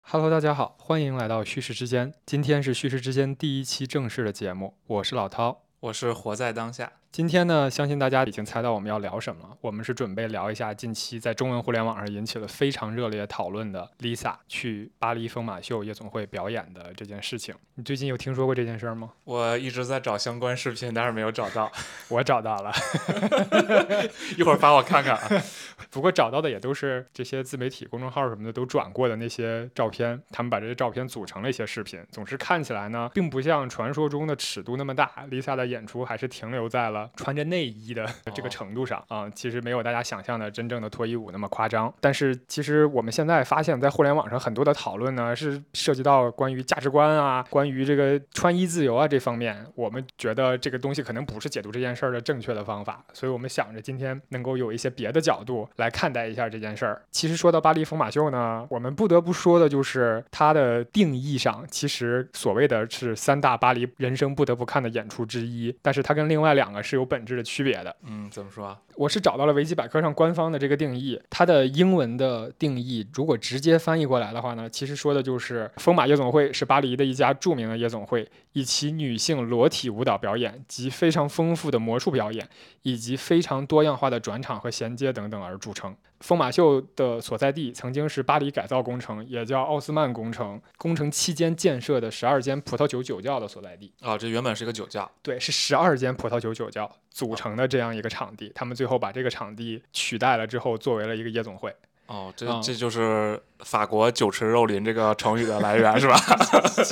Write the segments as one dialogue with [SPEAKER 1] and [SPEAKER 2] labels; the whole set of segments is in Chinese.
[SPEAKER 1] Hello，大家好，欢迎来到叙事之间。今天是叙事之间第一期正式的节目，我是老涛。
[SPEAKER 2] 我是活在当下。
[SPEAKER 1] 今天呢，相信大家已经猜到我们要聊什么了。我们是准备聊一下近期在中文互联网上引起了非常热烈讨论的 Lisa 去巴黎疯马秀夜总会表演的这件事情。你最近有听说过这件事儿吗？
[SPEAKER 2] 我一直在找相关视频，但是没有找到。
[SPEAKER 1] 我找到了，
[SPEAKER 2] 一会儿发我看看啊。
[SPEAKER 1] 不过找到的也都是这些自媒体公众号什么的都转过的那些照片，他们把这些照片组成了一些视频。总之看起来呢，并不像传说中的尺度那么大。Lisa 的演出还是停留在了穿着内衣的这个程度上啊、其实没有大家想象的真正的脱衣舞那么夸张。但是其实我们现在发现，在互联网上很多的讨论呢，是涉及到关于价值观啊、关于这个穿衣自由啊这方面，我们觉得这个东西可能不是解读这件事儿的正确的方法，所以我们想着今天能够有一些别的角度来看待一下这件事儿。其实说到巴黎疯马秀呢，我们不得不说的就是它的定义上，其实所谓的是三大巴黎人生不得不看的演出之一，但是它跟另外两个是有本质的区别的。
[SPEAKER 2] 嗯，怎么说啊？
[SPEAKER 1] 我是找到了维基百科上官方的这个定义，它的英文的定义，如果直接翻译过来的话呢，其实说的就是疯马夜总会是巴黎的一家著名的夜总会，以其女性裸体舞蹈表演及非常丰富的魔术表演，以及非常多样化的转场和衔接等等而著称。疯马秀的所在地曾经是巴黎改造工程，也叫奥斯曼工程，工程期间建设的十二间葡萄酒酒窖的所在地。
[SPEAKER 2] 哦，这原本是个酒窖。
[SPEAKER 1] 对，是十二间葡萄酒酒窖组成的这样一个场地，他们最后把这个场地取代了之后，作为了一个夜总会。
[SPEAKER 2] 哦，这、
[SPEAKER 1] 嗯
[SPEAKER 2] 这就是法国“酒池肉林”这个成语的来源是吧？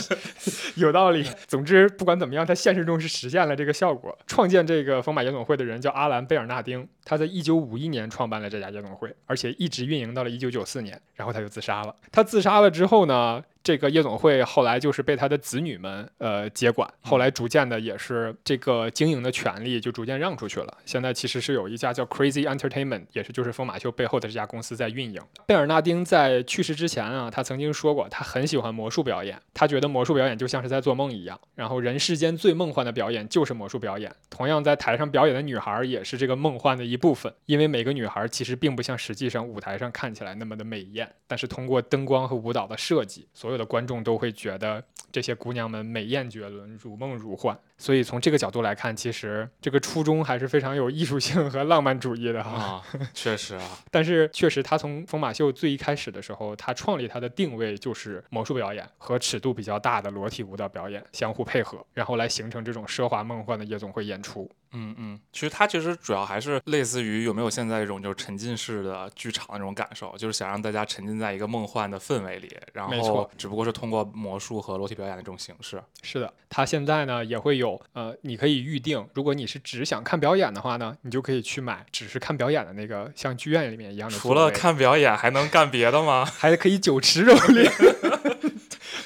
[SPEAKER 1] 有道理。总之，不管怎么样，它现实中是实现了这个效果。创建这个疯马夜总会的人叫阿兰·贝尔纳丁，他在1951年创办了这家夜总会，而且一直运营到了1994年，然后他就自杀了。他自杀了之后呢？这个夜总会后来就是被他的子女们呃接管，后来逐渐的也是这个经营的权利就逐渐让出去了。现在其实是有一家叫 Crazy Entertainment，也是就是疯马秀背后的这家公司在运营。贝尔纳丁在去世之前啊，他曾经说过，他很喜欢魔术表演，他觉得魔术表演就像是在做梦一样。然后人世间最梦幻的表演就是魔术表演。同样在台上表演的女孩也是这个梦幻的一部分，因为每个女孩其实并不像实际上舞台上看起来那么的美艳，但是通过灯光和舞蹈的设计，所有的观众都会觉得这些姑娘们美艳绝伦，如梦如幻。所以从这个角度来看，其实这个初衷还是非常有艺术性和浪漫主义的哈、
[SPEAKER 2] 啊、确实啊。
[SPEAKER 1] 但是确实，他从疯马秀最一开始的时候，他创立他的定位就是魔术表演和尺度比较大的裸体舞蹈表演相互配合，然后来形成这种奢华梦幻的夜总会演出。
[SPEAKER 2] 嗯嗯，其实它其实主要还是类似于有没有现在这种就是沉浸式的剧场那种感受，就是想让大家沉浸在一个梦幻的氛围里，然
[SPEAKER 1] 没
[SPEAKER 2] 后
[SPEAKER 1] 错
[SPEAKER 2] 只不过是通过魔术和裸体表演的这种形式。
[SPEAKER 1] 是的，它现在呢也会有呃，你可以预定，如果你是只想看表演的话呢，你就可以去买只是看表演的那个像剧院里面一样的座
[SPEAKER 2] 除
[SPEAKER 1] 位。
[SPEAKER 2] 了看表演，还能干别的吗？
[SPEAKER 1] 还可以酒池肉林。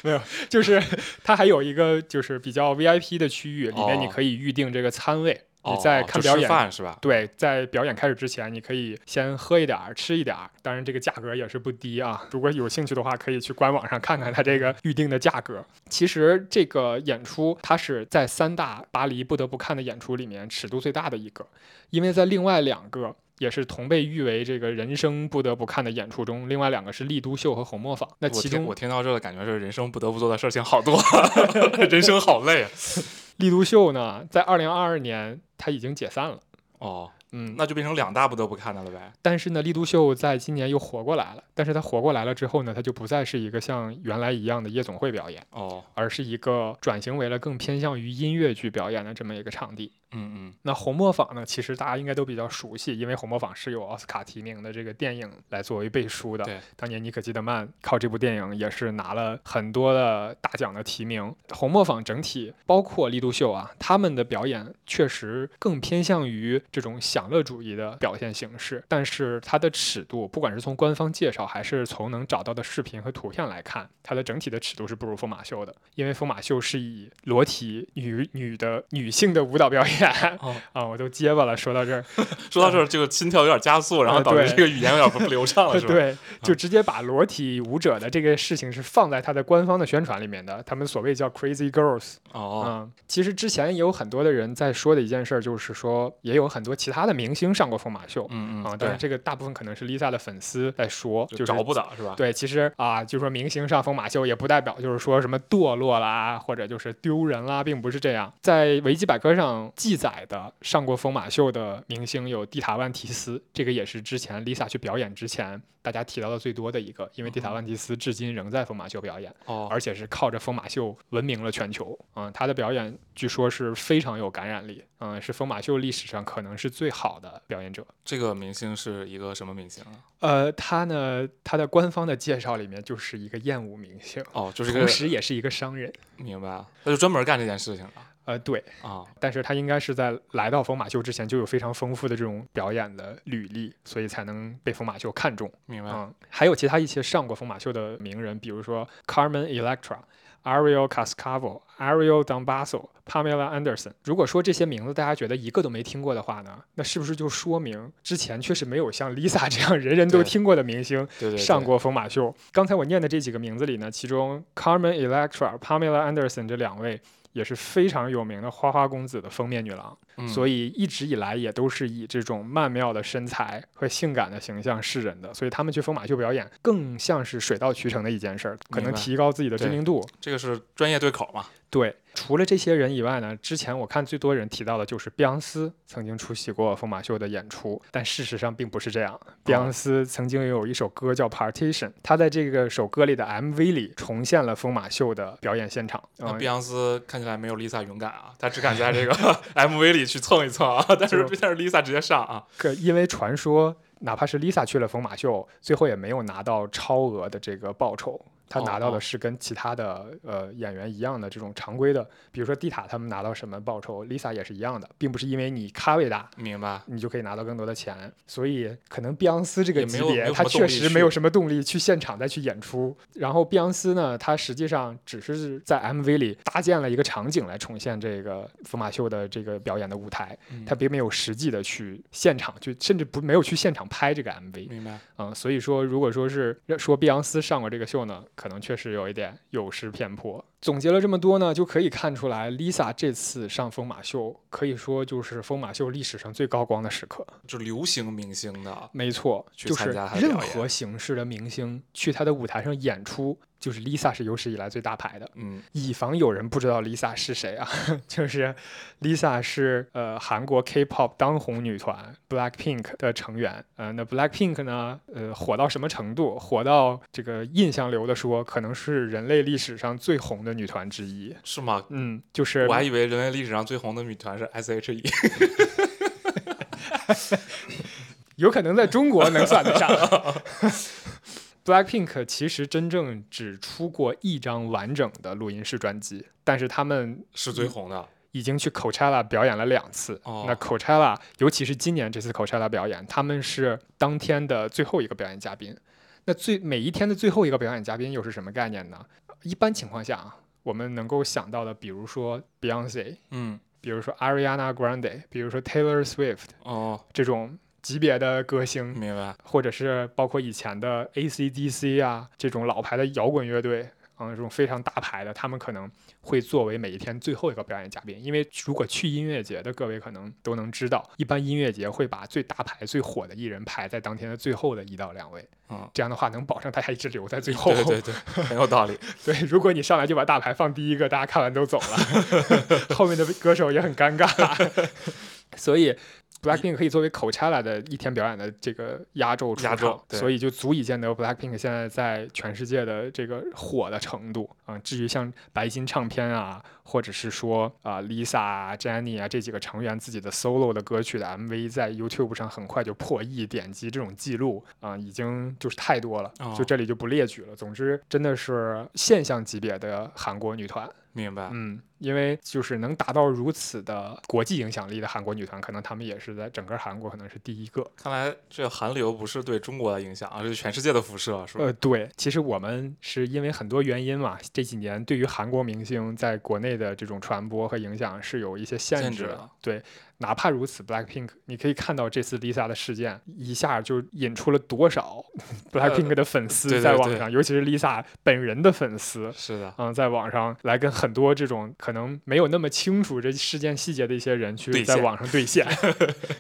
[SPEAKER 1] 没有，就是它还有一个就是比较 VIP 的区域，里面你
[SPEAKER 2] 哦
[SPEAKER 1] 可以预定这个餐位。
[SPEAKER 2] 哦
[SPEAKER 1] 你在
[SPEAKER 2] 哦
[SPEAKER 1] 看
[SPEAKER 2] 就
[SPEAKER 1] 表
[SPEAKER 2] 吃
[SPEAKER 1] 演，
[SPEAKER 2] 饭是吧？
[SPEAKER 1] 对，在表演开始之前，你可以先喝一点儿，吃一点儿，当然这个价格也是不低啊。如果有兴趣的话，可以去官网上看看它这个预定的价格。其实这个演出它是在三大巴黎不得不看的演出里面尺度最大的一个，因为在另外两个。也是同被誉为这个人生不得不看的演出中，另外两个是丽都秀和红磨坊。那
[SPEAKER 2] 我
[SPEAKER 1] 其
[SPEAKER 2] 听
[SPEAKER 1] 中
[SPEAKER 2] 我听到这的感觉是，人生不得不做的事情好多， 人生好累啊。
[SPEAKER 1] 丽都秀呢，在二零二二年它已经解散了。
[SPEAKER 2] 哦，
[SPEAKER 1] 嗯，
[SPEAKER 2] 那就变成两大不得不看的了呗。
[SPEAKER 1] 但是呢，丽都秀在今年又活过来了。但是它活过来了之后呢，它就不再是一个像原来一样的夜总会表演，
[SPEAKER 2] 哦，
[SPEAKER 1] 而是一个转型为了更偏向于音乐剧表演的这么一个场地。
[SPEAKER 2] 嗯
[SPEAKER 1] 那红磨坊呢，其实大家应该都比较熟悉，因为红磨坊是有奥斯卡提名的这个电影来作为背书的。
[SPEAKER 2] 对，
[SPEAKER 1] 当年妮可基德曼靠这部电影也是拿了很多的大奖的提名。红磨坊整体包括丽都秀啊，他们的表演确实更偏向于这种享乐主义的表现形式，但是它的尺度，不管是从官方介绍还是从能找到的视频和图片来看，它的整体的尺度是不如疯马秀的，因为疯马秀是以裸体女女的女性的舞蹈表演演
[SPEAKER 2] 哦
[SPEAKER 1] 啊，我都结巴了。说到这儿，
[SPEAKER 2] 说到这儿，这个心跳有点加速，然后
[SPEAKER 1] 呃
[SPEAKER 2] 导致
[SPEAKER 1] 对
[SPEAKER 2] 这个语言有点不流 畅了，是嗯吧？
[SPEAKER 1] 对，就直接把裸体舞者的这个事情是放在他的官方的宣传里面的，他们所谓叫 Crazy Girls
[SPEAKER 2] 哦，
[SPEAKER 1] 啊、其实之前也有很多的人在说的一件事儿，就是说也有很多其他的明星上过疯马秀
[SPEAKER 2] 嗯
[SPEAKER 1] 啊，
[SPEAKER 2] 嗯，
[SPEAKER 1] 但
[SPEAKER 2] 对
[SPEAKER 1] 是，这个大部分可能是 Lisa 的粉丝在说，就
[SPEAKER 2] 就是找不到是吧？
[SPEAKER 1] 对，其实啊，就说明星上疯马秀也不代表就是说什么堕落啦，或者就是丢人啦，并不是这样。在维基百科上记载的上过疯马秀的明星有蒂塔万提斯，这个也是之前 Lisa 去表演之前大家提到的最多的一个，因为蒂塔万提斯至今仍在疯马秀表演，
[SPEAKER 2] 哦，
[SPEAKER 1] 而且是靠着疯马秀闻名了全球。嗯，他的表演据说是非常有感染力，嗯，是疯马秀历史上可能是最好的表演者。
[SPEAKER 2] 这个明星是一个什么明星啊？
[SPEAKER 1] 呃，他呢，他的官方的介绍里面就是一个艳舞明星，
[SPEAKER 2] 哦，就是一
[SPEAKER 1] 同
[SPEAKER 2] 个
[SPEAKER 1] 时也是一个商人。
[SPEAKER 2] 明白了，他就专门干这件事情了
[SPEAKER 1] 呃，对，
[SPEAKER 2] 啊。
[SPEAKER 1] 但是他应该是在来到疯马秀之前就有非常丰富的这种表演的履历，所以才能被疯马秀看中。
[SPEAKER 2] 明白，
[SPEAKER 1] 嗯，还有其他一些上过疯马秀的名人，比如说 Carmen Electra、Ariel Cascavo、Ariel Dambasso、Pamela Anderson。如果说这些名字大家觉得一个都没听过的话呢，那是不是就说明之前确实没有像 Lisa 这样人人都
[SPEAKER 2] 对
[SPEAKER 1] 听过的明星
[SPEAKER 2] 对对对
[SPEAKER 1] 上过疯马秀。刚才我念的这几个名字里呢，其中 Carmen Electra、Pamela Anderson 这两位也是非常有名的花花公子的封面女郎，
[SPEAKER 2] 嗯
[SPEAKER 1] 所以一直以来也都是以这种曼妙的身材和性感的形象示人的。所以他们去疯马秀表演，更像是水到渠成的一件事儿，可能
[SPEAKER 2] 明白
[SPEAKER 1] 提高自己的知
[SPEAKER 2] 对
[SPEAKER 1] 名度。
[SPEAKER 2] 这个是专业对口嘛？
[SPEAKER 1] 对，除了这些人以外呢，之前我看最多人提到的就是碧昂斯曾经出席过疯马秀的演出，但事实上并不是这样。碧昂斯曾经有一首歌叫《Partition》，他在这个首歌里的 MV 里重现了疯马秀的表演现场。
[SPEAKER 2] 那
[SPEAKER 1] 嗯
[SPEAKER 2] 碧昂斯看起来没有 Lisa 勇敢啊，她只敢在这 个 MV 里去蹭一蹭啊，但是
[SPEAKER 1] 就
[SPEAKER 2] 但是 Lisa 直接上啊，
[SPEAKER 1] 可因为传说，哪怕是 Lisa 去了疯马秀，最后也没有拿到超额的这个报酬。她
[SPEAKER 2] 哦
[SPEAKER 1] 拿到
[SPEAKER 2] 哦
[SPEAKER 1] 的是跟其他的呃演员一样的这种常规的，比如说蒂塔他们拿到什么报酬，Lisa 也是一样的，并不是因为你咖位大，
[SPEAKER 2] 明白？
[SPEAKER 1] 你就可以拿到更多的钱。所以可能碧昂斯这个
[SPEAKER 2] 也没
[SPEAKER 1] 级
[SPEAKER 2] 有没有
[SPEAKER 1] 别，
[SPEAKER 2] 什么
[SPEAKER 1] 他
[SPEAKER 2] 动
[SPEAKER 1] 确
[SPEAKER 2] 力
[SPEAKER 1] 实
[SPEAKER 2] 去
[SPEAKER 1] 没有什么动力去现场再去演出。然后碧昂斯呢，他实际上只是在 MV 里搭建了一个场景来重现这个疯马秀的这个表演的舞台，
[SPEAKER 2] 嗯
[SPEAKER 1] 他并没有实际的去现场去，甚至不没有去现场拍这个 MV。
[SPEAKER 2] 明白。
[SPEAKER 1] 嗯，所以说如果说是说碧昂斯上过这个秀呢，可能确实有一点有失偏颇。总结了这么多呢，就可以看出来，Lisa 这次上疯马秀可以说就是疯马秀历史上最高光的时刻。
[SPEAKER 2] 就流行明星的，
[SPEAKER 1] 没错，
[SPEAKER 2] 去
[SPEAKER 1] 就
[SPEAKER 2] 参
[SPEAKER 1] 是
[SPEAKER 2] 加她的
[SPEAKER 1] 任
[SPEAKER 2] 表演
[SPEAKER 1] 何形式的明星去他的舞台上演出，就是 Lisa 是有史以来最大牌的。
[SPEAKER 2] 嗯，
[SPEAKER 1] 以防有人不知道 Lisa 是谁啊， 就是 Lisa 是呃韩国 K-pop 当红女团 BLACKPINK 的成员。呃，那 BLACKPINK 呢，呃，火到什么程度？火到这个印象流的说，可能是人类历史上最红的女团之一。
[SPEAKER 2] 是吗？
[SPEAKER 1] 嗯，就是
[SPEAKER 2] 我还以为人类历史上最红的女团是 E S.H.E，
[SPEAKER 1] 有可能在中国能算得 上。Blackpink 其实真正只出过一张完整的录音室专辑，但是他们
[SPEAKER 2] 是最红的。
[SPEAKER 1] 已经去 Coachella 表演了两次。
[SPEAKER 2] 哦
[SPEAKER 1] 那 Coachella，尤其是今年这次 Coachella 表演，他们是当天的最后一个表演嘉宾。那最每一天的最后一个表演嘉宾又是什么概念呢？一般情况下啊，我们能够想到的，比如说 Beyonce，
[SPEAKER 2] 嗯，
[SPEAKER 1] 比如说 Ariana Grande，比如说 Taylor Swift
[SPEAKER 2] 哦，
[SPEAKER 1] 这种级别的歌星，
[SPEAKER 2] 明白。
[SPEAKER 1] 啊或者是包括以前的 AC/DC 啊这种老牌的摇滚乐队，嗯，这种非常大牌的，他们可能会作为每一天最后一个表演嘉宾。因为如果去音乐节的各位可能都能知道，一般音乐节会把最大牌、最火的艺人排在当天的最后的一到两位，
[SPEAKER 2] 嗯，
[SPEAKER 1] 这样的话能保证大家一直留在最后。
[SPEAKER 2] 对 对对，很有道理。
[SPEAKER 1] 对如果你上来就把大牌放第一个，大家看完都走了， 后面的歌手也很尴尬。所以 BLACKPINK 可以作为 Coachella 的一天表演的这个压轴出
[SPEAKER 2] 压轴
[SPEAKER 1] 场
[SPEAKER 2] 对
[SPEAKER 1] 所以就足以见得 BLACKPINK 现在在全世界的这个火的程度啊、嗯至于像白金唱片啊，或者是说啊、Lisa 啊、Jennie 啊这几个成员自己的 solo 的歌曲的 MV 在 YouTube 上很快就破亿点击这种记录啊、已经就是太多了，
[SPEAKER 2] 哦
[SPEAKER 1] 就这里就不列举了。总之，真的是现象级别的韩国女团。
[SPEAKER 2] 明白。
[SPEAKER 1] 嗯，因为就是能达到如此的国际影响力的韩国女团，可能她们也是在整个韩国可能是第一个。
[SPEAKER 2] 看来这韩流不是对中国的影响，啊而是全世界的辐射，是吧？
[SPEAKER 1] 呃，对，其实我们是因为很多原因嘛，这几年对于韩国明星在国内的这种传播和影响是有一些限
[SPEAKER 2] 限
[SPEAKER 1] 制
[SPEAKER 2] 制
[SPEAKER 1] 的。
[SPEAKER 2] 了
[SPEAKER 1] 对，哪怕如此，BLACKPINK，你可以看到这次 Lisa 的事件，一下就引出了多少 BLACKPINK 的粉
[SPEAKER 2] 呃对
[SPEAKER 1] 丝
[SPEAKER 2] 对
[SPEAKER 1] 在网
[SPEAKER 2] 对
[SPEAKER 1] 上，尤其是 Lisa 本人的粉丝。
[SPEAKER 2] 是的，
[SPEAKER 1] 嗯，在网上来跟很多这种可能没有那么清楚这事件细节的一些人去
[SPEAKER 2] 对
[SPEAKER 1] 在
[SPEAKER 2] 线
[SPEAKER 1] 网上兑 现。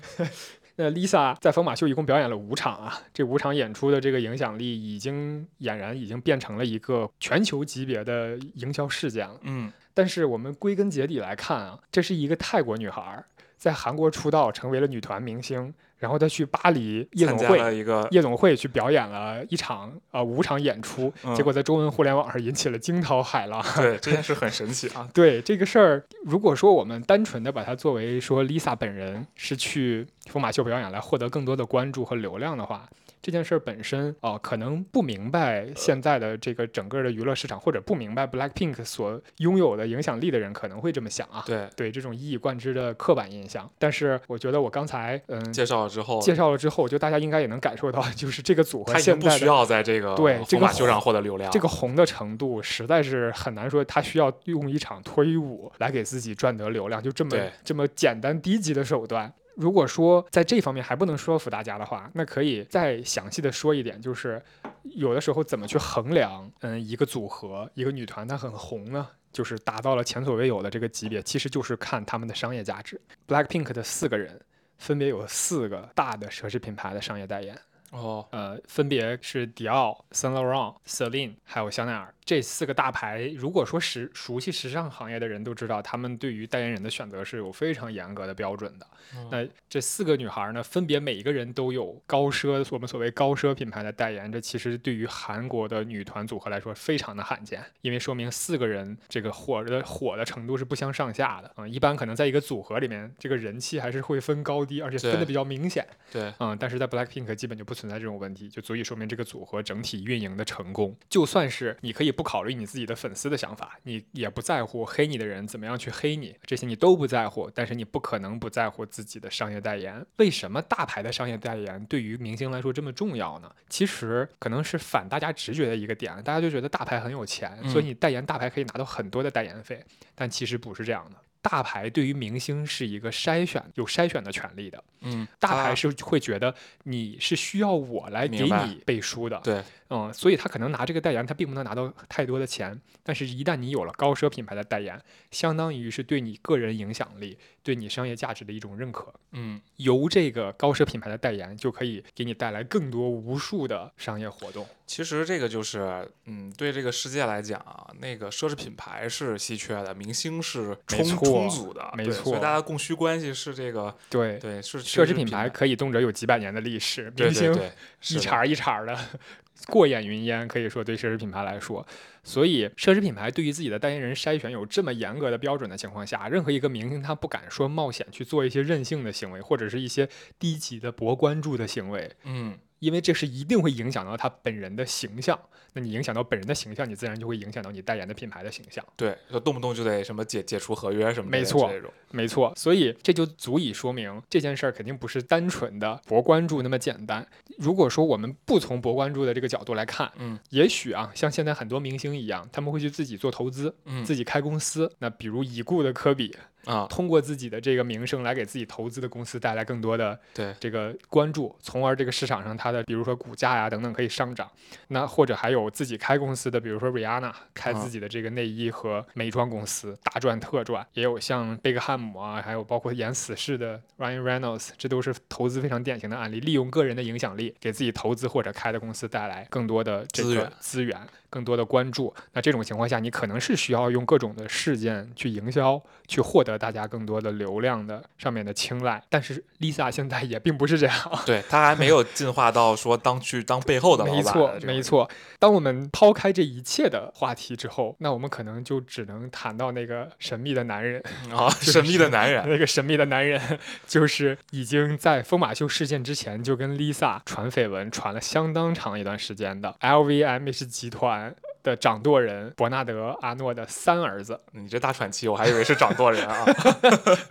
[SPEAKER 1] 那 Lisa 在疯马秀一共表演了五场啊，这五场演出的这个影响力已经俨然已经变成了一个全球级别的营销事件了。
[SPEAKER 2] 嗯，
[SPEAKER 1] 但是我们归根结底来看啊，这是一个泰国女孩儿在韩国出道，成为了女团明星，然后她去巴黎夜
[SPEAKER 2] 参
[SPEAKER 1] 总
[SPEAKER 2] 加
[SPEAKER 1] 会
[SPEAKER 2] 了一个
[SPEAKER 1] 夜总会去表演了一场呃五场演出，
[SPEAKER 2] 嗯
[SPEAKER 1] 结果在中文互联网上引起了惊涛骇浪。
[SPEAKER 2] 对这件事很神奇 啊，
[SPEAKER 1] 对这个事儿，如果说我们单纯的把它作为说 Lisa 本人是去疯马秀表演来获得更多的关注和流量的话，这件事儿本身啊、可能不明白现在的这个整个的娱乐市场，或者不明白 BLACKPINK 所拥有的影响力的人，可能会这么想啊。
[SPEAKER 2] 对，
[SPEAKER 1] 对这种一以贯之的刻板印象，但是我觉得我刚才嗯
[SPEAKER 2] 介绍了之后，
[SPEAKER 1] 介绍了之后，我觉得大家应该也能感受到，就是这个组合
[SPEAKER 2] 他已经
[SPEAKER 1] 现
[SPEAKER 2] 不
[SPEAKER 1] 在
[SPEAKER 2] 需
[SPEAKER 1] 的
[SPEAKER 2] 要在这个
[SPEAKER 1] 对这
[SPEAKER 2] 红
[SPEAKER 1] 个
[SPEAKER 2] 马秀上获得流量，
[SPEAKER 1] 这个红的程度，实在是很难说他需要用一场脱衣舞来给自己赚得流量，就这么
[SPEAKER 2] 对
[SPEAKER 1] 这么简单低级的手段。如果说在这方面还不能说服大家的话，那可以再详细的说一点，就是有的时候怎么去衡量，嗯，一个组合、一个女团它很红呢？就是达到了前所未有的这个级别，其实就是看他们的商业价值。BLACKPINK 的四个人分别有四个大的奢侈品牌的商业代言，
[SPEAKER 2] 哦，
[SPEAKER 1] 呃，分别是迪奥、Saint Laurent、Celine 还有香奈儿这四个大牌。如果说时熟悉时尚行业的人都知道，他们对于代言人的选择是有非常严格的标准的。
[SPEAKER 2] 嗯
[SPEAKER 1] 嗯那这四个女孩呢，分别每一个人都有高奢，我们所谓高奢品牌的代言，这其实对于韩国的女团组合来说非常的罕见，因为说明四个人这个火的火的程度是不相上下的啊、嗯一般可能在一个组合里面，这个人气还是会分高低，而且分的
[SPEAKER 2] 对
[SPEAKER 1] 比较明显。
[SPEAKER 2] 对，
[SPEAKER 1] 嗯，但是在 BLACKPINK 基本就不存在这种问题，就足以说明这个组合整体运营的成功。就算是你可以不考虑你自己的粉丝的想法，你也不在乎黑你的人怎么样去黑你，这些你都不在乎，但是你不可能不在乎自己的商业代言。为什么大牌的商业代言对于明星来说这么重要呢？其实可能是反大家直觉的一个点，大家就觉得大牌很有钱，所以
[SPEAKER 2] 嗯
[SPEAKER 1] 你代言大牌可以拿到很多的代言费，但其实不是这样的。大牌对于明星是一个筛选，有筛选的权利的。
[SPEAKER 2] 嗯，
[SPEAKER 1] 大牌
[SPEAKER 2] 他
[SPEAKER 1] 是会觉得你是需要我来给
[SPEAKER 2] 明白
[SPEAKER 1] 你背书的，
[SPEAKER 2] 对，
[SPEAKER 1] 嗯，所以他可能拿这个代言，他并不能拿到太多的钱，但是一旦你有了高奢品牌的代言，相当于是对你个人影响力、对你商业价值的一种认可。
[SPEAKER 2] 嗯，
[SPEAKER 1] 由这个高奢品牌的代言，就可以给你带来更多无数的商业活动。
[SPEAKER 2] 其实这个就是，嗯，对这个世界来讲啊，那个奢侈品牌是稀缺的，明星是
[SPEAKER 1] 没
[SPEAKER 2] 充
[SPEAKER 1] 错
[SPEAKER 2] 充足的，
[SPEAKER 1] 没
[SPEAKER 2] 对所
[SPEAKER 1] 错
[SPEAKER 2] 以大家供需关系是这个，
[SPEAKER 1] 对，
[SPEAKER 2] 对，是
[SPEAKER 1] 奢侈
[SPEAKER 2] 品
[SPEAKER 1] 品牌可以动辄有几百年的历史，
[SPEAKER 2] 对
[SPEAKER 1] 明
[SPEAKER 2] 对
[SPEAKER 1] 星
[SPEAKER 2] 对，是
[SPEAKER 1] 一
[SPEAKER 2] 的
[SPEAKER 1] 茬儿一茬儿的 过眼云烟，可以说对奢侈品牌来说，所以奢侈品牌对于自己的代言人筛选有这么严格的标准的情况下，任何一个明星他不敢说冒险去做一些任性的行为，或者是一些低级的博关注的行为，
[SPEAKER 2] 嗯，
[SPEAKER 1] 因为这是一定会影响到他本人的形象。那你影响到本人的形象，你自然就会影响到你代言的品牌的形象。
[SPEAKER 2] 对，就动不动就得什么解解除合约什么之
[SPEAKER 1] 没
[SPEAKER 2] 类的
[SPEAKER 1] 错
[SPEAKER 2] 这种，
[SPEAKER 1] 没错，所以这就足以说明这件事儿肯定不是单纯的博关注那么简单。如果说我们不从博关注的这个角度来看，
[SPEAKER 2] 嗯
[SPEAKER 1] 也许啊，像现在很多明星一样，他们会去自己做投资，
[SPEAKER 2] 嗯
[SPEAKER 1] 自己开公司。那比如已故的科比，
[SPEAKER 2] 啊，
[SPEAKER 1] 通过自己的这个名声来给自己投资的公司带来更多的
[SPEAKER 2] 对，
[SPEAKER 1] 这个关注，从而这个市场上它的比如说股价呀、等等可以上涨。那或者还有自己开公司的，比如说 Rihanna 开自
[SPEAKER 2] 嗯
[SPEAKER 1] 己的这个内衣和美妆公司，大赚特赚。也有像贝克汉姆啊，还有包括演死侍的 Ryan Reynolds，这都是投资非常典型的案例，利用个人的影响力给自己投资或者开的公司带来更多的这
[SPEAKER 2] 资
[SPEAKER 1] 个
[SPEAKER 2] 源
[SPEAKER 1] 资源。更多的关注，那这种情况下，你可能是需要用各种的事件去营销，去获得大家更多的流量的上面的青睐。但是 Lisa 现在也并不是这样，
[SPEAKER 2] 对他还没有进化到说当去当背后的老板
[SPEAKER 1] 没
[SPEAKER 2] 的
[SPEAKER 1] 错
[SPEAKER 2] 这，种
[SPEAKER 1] 没错。当我们抛开这一切的话题之后，那我们可能就只能谈到那个神秘的男人，
[SPEAKER 2] 啊，
[SPEAKER 1] 是
[SPEAKER 2] 神秘的男人，
[SPEAKER 1] 那个神秘的男人，就是已经在疯马秀事件之前就跟 Lisa 传绯闻，传了相当长一段时间的 LVMH 集团的掌舵人伯纳德·阿诺的三儿子，
[SPEAKER 2] 你这大喘气，我还以为是掌舵人啊，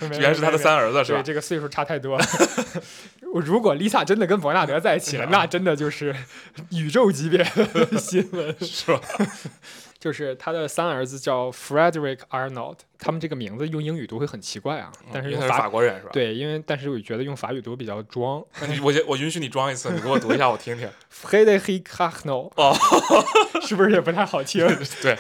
[SPEAKER 1] 没
[SPEAKER 2] 原来是他的三儿子
[SPEAKER 1] 没
[SPEAKER 2] 是
[SPEAKER 1] 没对，
[SPEAKER 2] 吧？
[SPEAKER 1] 这个岁数差太多了。 如果 Lisa 真的跟伯纳德在一起了，
[SPEAKER 2] 哎
[SPEAKER 1] 那真的就是宇宙级别的新闻，
[SPEAKER 2] 是吧？
[SPEAKER 1] 就是他的三儿子叫 Frederick Arnold，他们这个名字用英语读会很奇怪啊，但是
[SPEAKER 2] 嗯因
[SPEAKER 1] 用
[SPEAKER 2] 为他是
[SPEAKER 1] 法
[SPEAKER 2] 法国人是吧？
[SPEAKER 1] 对，因为但是我觉得用法语读比较装。
[SPEAKER 2] 那你我我允许你装一次，你给我读一下，我听 听。
[SPEAKER 1] Frederick Arnold，
[SPEAKER 2] 哦，
[SPEAKER 1] 是不是也不太好听
[SPEAKER 2] 对，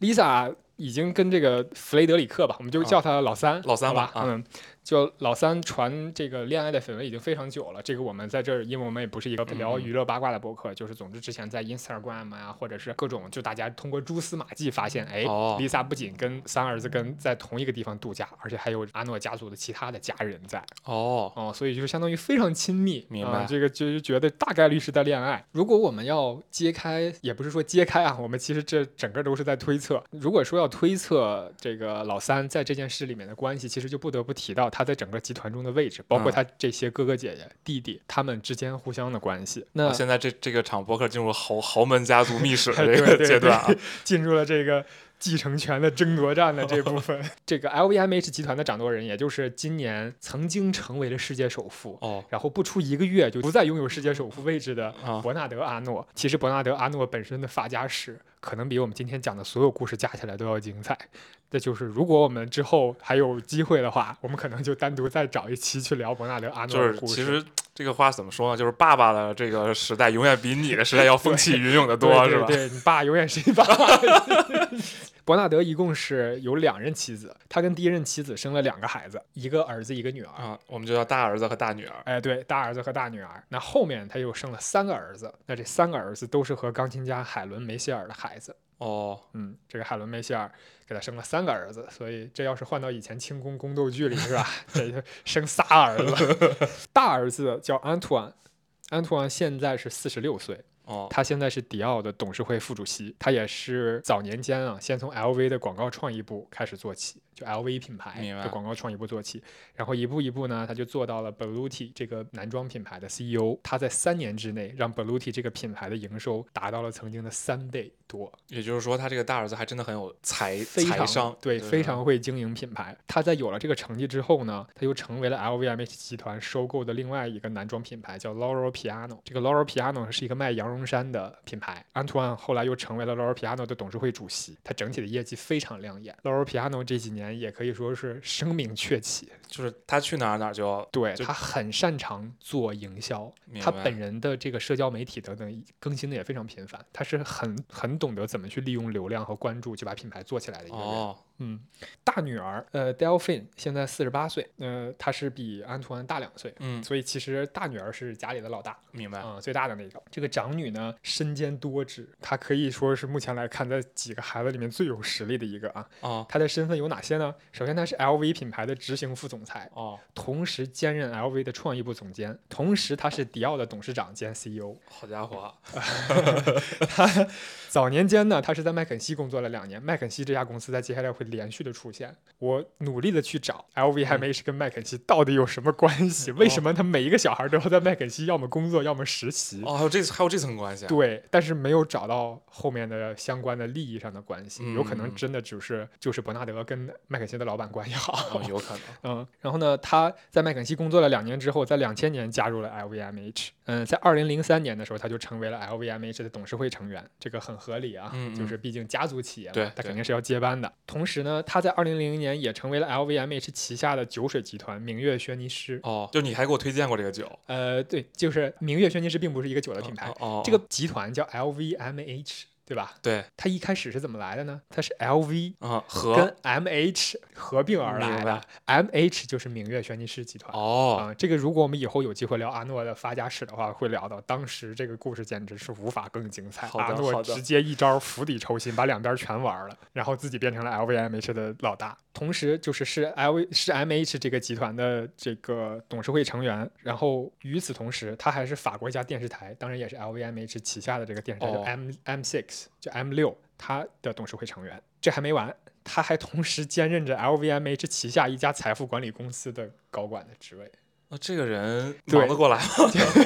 [SPEAKER 1] ？Lisa 已经跟这个弗雷德里克吧，我们就
[SPEAKER 2] 啊
[SPEAKER 1] 叫他老三，
[SPEAKER 2] 老三
[SPEAKER 1] 好吧
[SPEAKER 2] 吧，啊
[SPEAKER 1] 嗯，就老三传这个恋爱的绯闻已经非常久了。这个我们在这儿，因为我们也不是一个聊
[SPEAKER 2] 嗯
[SPEAKER 1] 娱乐八卦的博客，就是总之之前在 Instagram 啊，或者是各种，就大家通过蛛丝马迹发现，哎、
[SPEAKER 2] 哦
[SPEAKER 1] l i s a 不仅跟三儿子跟在同一个地方度假，而且还有阿诺家族的其他的家人在。
[SPEAKER 2] 哦，
[SPEAKER 1] 哦，所以就是相当于非常亲密，
[SPEAKER 2] 明
[SPEAKER 1] 啊
[SPEAKER 2] 白
[SPEAKER 1] 这个就是觉得大概率是在恋爱。如果我们要揭开，也不是说揭开啊，我们其实这整个都是在推测。如果说要推测这个老三在这件事里面的关系，其实就不得不提到他在整个集团中的位置，包括
[SPEAKER 2] 嗯
[SPEAKER 1] 他这些哥哥姐姐、弟弟他们之间互相的关系。那
[SPEAKER 2] 啊现在这这个场播客进入豪豪门家族密室的
[SPEAKER 1] 对
[SPEAKER 2] 这
[SPEAKER 1] 对
[SPEAKER 2] 个
[SPEAKER 1] 对
[SPEAKER 2] 阶段啊，
[SPEAKER 1] 进入了这个继承权的争夺战的这部分， 这个 LVMH 集团的掌舵人，也就是今年曾经成为了世界首富，
[SPEAKER 2] 哦
[SPEAKER 1] 然后不出一个月就不再拥有世界首富位置的
[SPEAKER 2] 啊，
[SPEAKER 1] 伯纳德·阿诺。其实伯纳德·阿诺本身的发家史，可能比我们今天讲的所有故事加起来都要精彩。这就是如果我们之后还有机会的话，我们可能就单独再找一期去聊伯纳德·阿诺
[SPEAKER 2] 就
[SPEAKER 1] 的
[SPEAKER 2] 是
[SPEAKER 1] 故事。
[SPEAKER 2] 其实这个话怎么说呢？就是爸爸的这个时代永远比你的时代要风起云 涌的多，
[SPEAKER 1] 对
[SPEAKER 2] 是吧？
[SPEAKER 1] 对对，你爸永远是你爸。 伯纳德一共是有两任妻子，他跟第一任妻子生了两个孩子，一个儿子一个女儿。
[SPEAKER 2] 啊，我们就叫大儿子和大女儿。
[SPEAKER 1] 哎，对，大儿子和大女儿。那后面他又生了三个儿子，那这三个儿子都是和钢琴家海伦·梅歇尔的孩子。
[SPEAKER 2] 哦，
[SPEAKER 1] 嗯，这个海伦·梅歇尔给他生了三个儿子，所以这要是换到以前清宫宫斗剧里是吧？ 这就生仨儿子， 大儿子叫安图安。安图安现在是四十六岁，
[SPEAKER 2] 哦，
[SPEAKER 1] 他现在是迪奥的董事会副主席，他也是早年间啊，先从 LV 的广告创意部开始做起，就 LV 品牌
[SPEAKER 2] 明白
[SPEAKER 1] 的广告创意部做起，然后一步一步呢，他就做到了 Belluti 这个男装品牌的 CEO。他在三年之内让 Belluti 这个品牌的营收达到了曾经的三倍多，
[SPEAKER 2] 也就是说，他这个大儿子还真的很有财
[SPEAKER 1] 非
[SPEAKER 2] 财
[SPEAKER 1] 常
[SPEAKER 2] 商，啊
[SPEAKER 1] 对，
[SPEAKER 2] 就是
[SPEAKER 1] 非常会经营品牌。他在有了这个成绩之后呢，他又成为了 LVMH 集团收购的另外一个男装品牌，叫 Loro Piano。这个 Loro Piano 是一个卖羊绒衫的品牌。安图安后来又成为了 Loro Piano 的董事会主席，他整体的业绩非常亮眼。Loro Piano 这几年也可以说是声名鹊起，
[SPEAKER 2] 就是他去哪儿哪儿就要
[SPEAKER 1] 对
[SPEAKER 2] 就
[SPEAKER 1] 他很擅长做营销，
[SPEAKER 2] 明
[SPEAKER 1] 他
[SPEAKER 2] 白
[SPEAKER 1] 本人的这个社交媒体等等更新的也非常频繁，他是很很懂得怎么去利用流量和关注去把品牌做起来的一个人。
[SPEAKER 2] 哦，
[SPEAKER 1] 嗯，大女儿呃，Delphine 现在四十八岁，呃，她是比安徒安大两岁，
[SPEAKER 2] 嗯，
[SPEAKER 1] 所以其实大女儿是家里的老大
[SPEAKER 2] 明白。
[SPEAKER 1] 啊、最大的那个。这个长女呢，身兼多职，她可以说是目前来看，在几个孩子里面最有实力的一个啊。
[SPEAKER 2] 哦
[SPEAKER 1] 她的身份有哪些呢？首先，她是 LV 品牌的执行副总裁，
[SPEAKER 2] 哦，
[SPEAKER 1] 同时兼任 LV 的创意部总监，同时她是迪奥的董事长兼 E CEO。
[SPEAKER 2] 好家伙啊，
[SPEAKER 1] 他早年间呢，他是在麦肯锡工作了两年。麦肯锡这家公司在接下来会连续的出现。我努力的去找
[SPEAKER 2] 嗯
[SPEAKER 1] LVMH 跟麦肯锡到底有什么关系？
[SPEAKER 2] 哦
[SPEAKER 1] 为什么他每一个小孩都要在麦肯锡要么工作，要么实习？
[SPEAKER 2] 哦，还有这还有这层关系啊。
[SPEAKER 1] 嗯对，但是没有找到后面的相关的利益上的关系，有可能
[SPEAKER 2] 嗯
[SPEAKER 1] 真的只是就是伯纳德跟麦肯锡的老板关系好
[SPEAKER 2] 哦，。有可 能。
[SPEAKER 1] 嗯，然后呢，他在麦肯锡工作了两年之后，在两千年加入了 LVMH。嗯，在二零零三年的时候，他就成为了 LVMH 的董事会成员，这个很合理啊，
[SPEAKER 2] 嗯嗯
[SPEAKER 1] 就是毕竟家族企业
[SPEAKER 2] 对
[SPEAKER 1] 嘛，他
[SPEAKER 2] 对
[SPEAKER 1] 肯定是要接班的。同时呢，他在二零零零年也成为了 LVMH 旗下的酒水集团明月轩尼诗。
[SPEAKER 2] 哦，就你还给我推荐过这个酒
[SPEAKER 1] 呃，对，就是明月轩尼诗并不是一个酒的品牌，
[SPEAKER 2] 哦哦，哦
[SPEAKER 1] 这个集团叫 LVMH，对吧？
[SPEAKER 2] 对，
[SPEAKER 1] 它一开始是怎么来的呢？它是 LV
[SPEAKER 2] 嗯，和
[SPEAKER 1] 跟 MH 合并而来
[SPEAKER 2] 明
[SPEAKER 1] 的
[SPEAKER 2] 白
[SPEAKER 1] ，MH 就是明月轩尼诗集团。
[SPEAKER 2] 哦，
[SPEAKER 1] 啊、这个如果我们以后有机会聊阿诺的发家史的话，会聊到当时这个故事简直是无法更精彩。
[SPEAKER 2] 好的
[SPEAKER 1] 阿
[SPEAKER 2] 好
[SPEAKER 1] 诺
[SPEAKER 2] 的
[SPEAKER 1] 直接一招釜底抽薪，把两边全玩了，然后自己变成了 LVMH 的老大，同时就是是 LV 是 MH 这个集团的这个董事会成员。然后与此同时，他还是法国一家电视台，当然也是 LVMH 旗下的这个电视台，
[SPEAKER 2] 哦
[SPEAKER 1] 叫 M M Six，就 M 六，他的董事会成员。这还没完。他还同时兼任着 LVMH 旗下一家财富管理公司的高管的职位，
[SPEAKER 2] 啊，这个人
[SPEAKER 1] 对
[SPEAKER 2] 忙得过 来吗？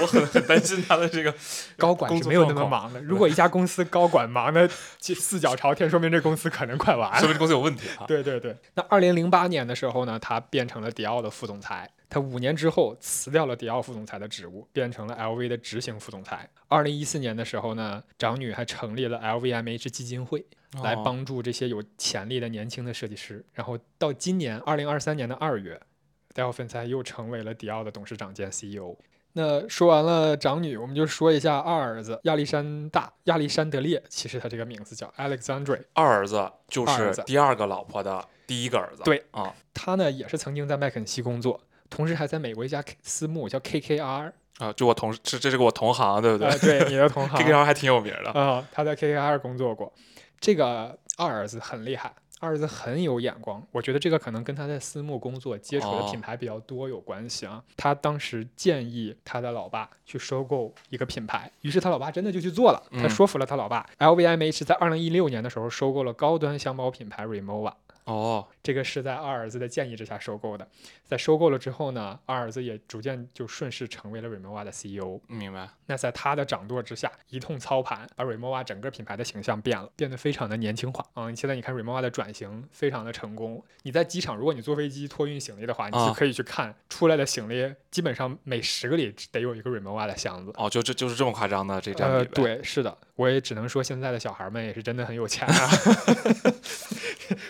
[SPEAKER 2] 我很很担心他的这个
[SPEAKER 1] 高管
[SPEAKER 2] 工
[SPEAKER 1] 是
[SPEAKER 2] 作
[SPEAKER 1] 没有那么
[SPEAKER 2] 状况
[SPEAKER 1] 忙的。如果一家公司高管忙的四脚朝天，说明这公司可能快完了。
[SPEAKER 2] 说明这公司有问题啊。
[SPEAKER 1] 对对对。那二零零八年的时候呢，他变成了迪奥的副总裁。他五年之后辞掉了迪奥副总裁的职务，变成了 LV 的执行副总裁。二零一四年的时候呢，长女还成立了 LVMH 基金会，来
[SPEAKER 2] 哦
[SPEAKER 1] 帮助这些有潜力的年轻的设计师。然后到今年二零二三年的二月，戴奥芬才又成为了迪奥的董事长兼 CEO。那说完了长女，我们就说一下二儿子亚历山大亚历山德烈，其实他这个名字叫 Alexandre，
[SPEAKER 2] 二儿子就
[SPEAKER 1] 二儿
[SPEAKER 2] 是
[SPEAKER 1] 子
[SPEAKER 2] 第二个老婆的第一个儿子。
[SPEAKER 1] 对
[SPEAKER 2] 啊，
[SPEAKER 1] 他呢也是曾经在麦肯锡工作，同时还在美国一家 K- 私募叫 KKR，
[SPEAKER 2] 啊，就我同事，这这是个我同行，对不对
[SPEAKER 1] 呃，对，你的同行
[SPEAKER 2] ？K K R 还挺有名的。
[SPEAKER 1] 啊、他在 KKR 工作过。这个二儿子很厉害，二儿子很有眼光。我觉得这个可能跟他在私募工作接触的
[SPEAKER 2] 哦
[SPEAKER 1] 品牌比较多有关系啊。他当时建议他的老爸去收购一个品牌，于是他老爸真的就去做了。他
[SPEAKER 2] 嗯
[SPEAKER 1] 说服了他老爸、l v m h 在二零一六年的时候收购了高端箱包品牌 Remova。
[SPEAKER 2] 哦，
[SPEAKER 1] 这个是在二儿子的建议之下收购的，在收购了之后呢，二儿子也逐渐就顺势成为了 Remova 的 E CEO。
[SPEAKER 2] 明白。
[SPEAKER 1] 那在他的掌舵之下，一通操盘，把 Remova 整个品牌的形象变了，变得非常的年轻化。嗯，现在你看 Remova 的转型非常的成功。你在机场，如果你坐飞机托运行李的话，你
[SPEAKER 2] 啊
[SPEAKER 1] 就可以去看出来的行李，基本上每十个里得有一个 Remova 的箱子。
[SPEAKER 2] 哦，就这就是这么夸张的这占比、
[SPEAKER 1] 呃，，对，是的，我也只能说现在的小孩儿们也是真的很有钱啊。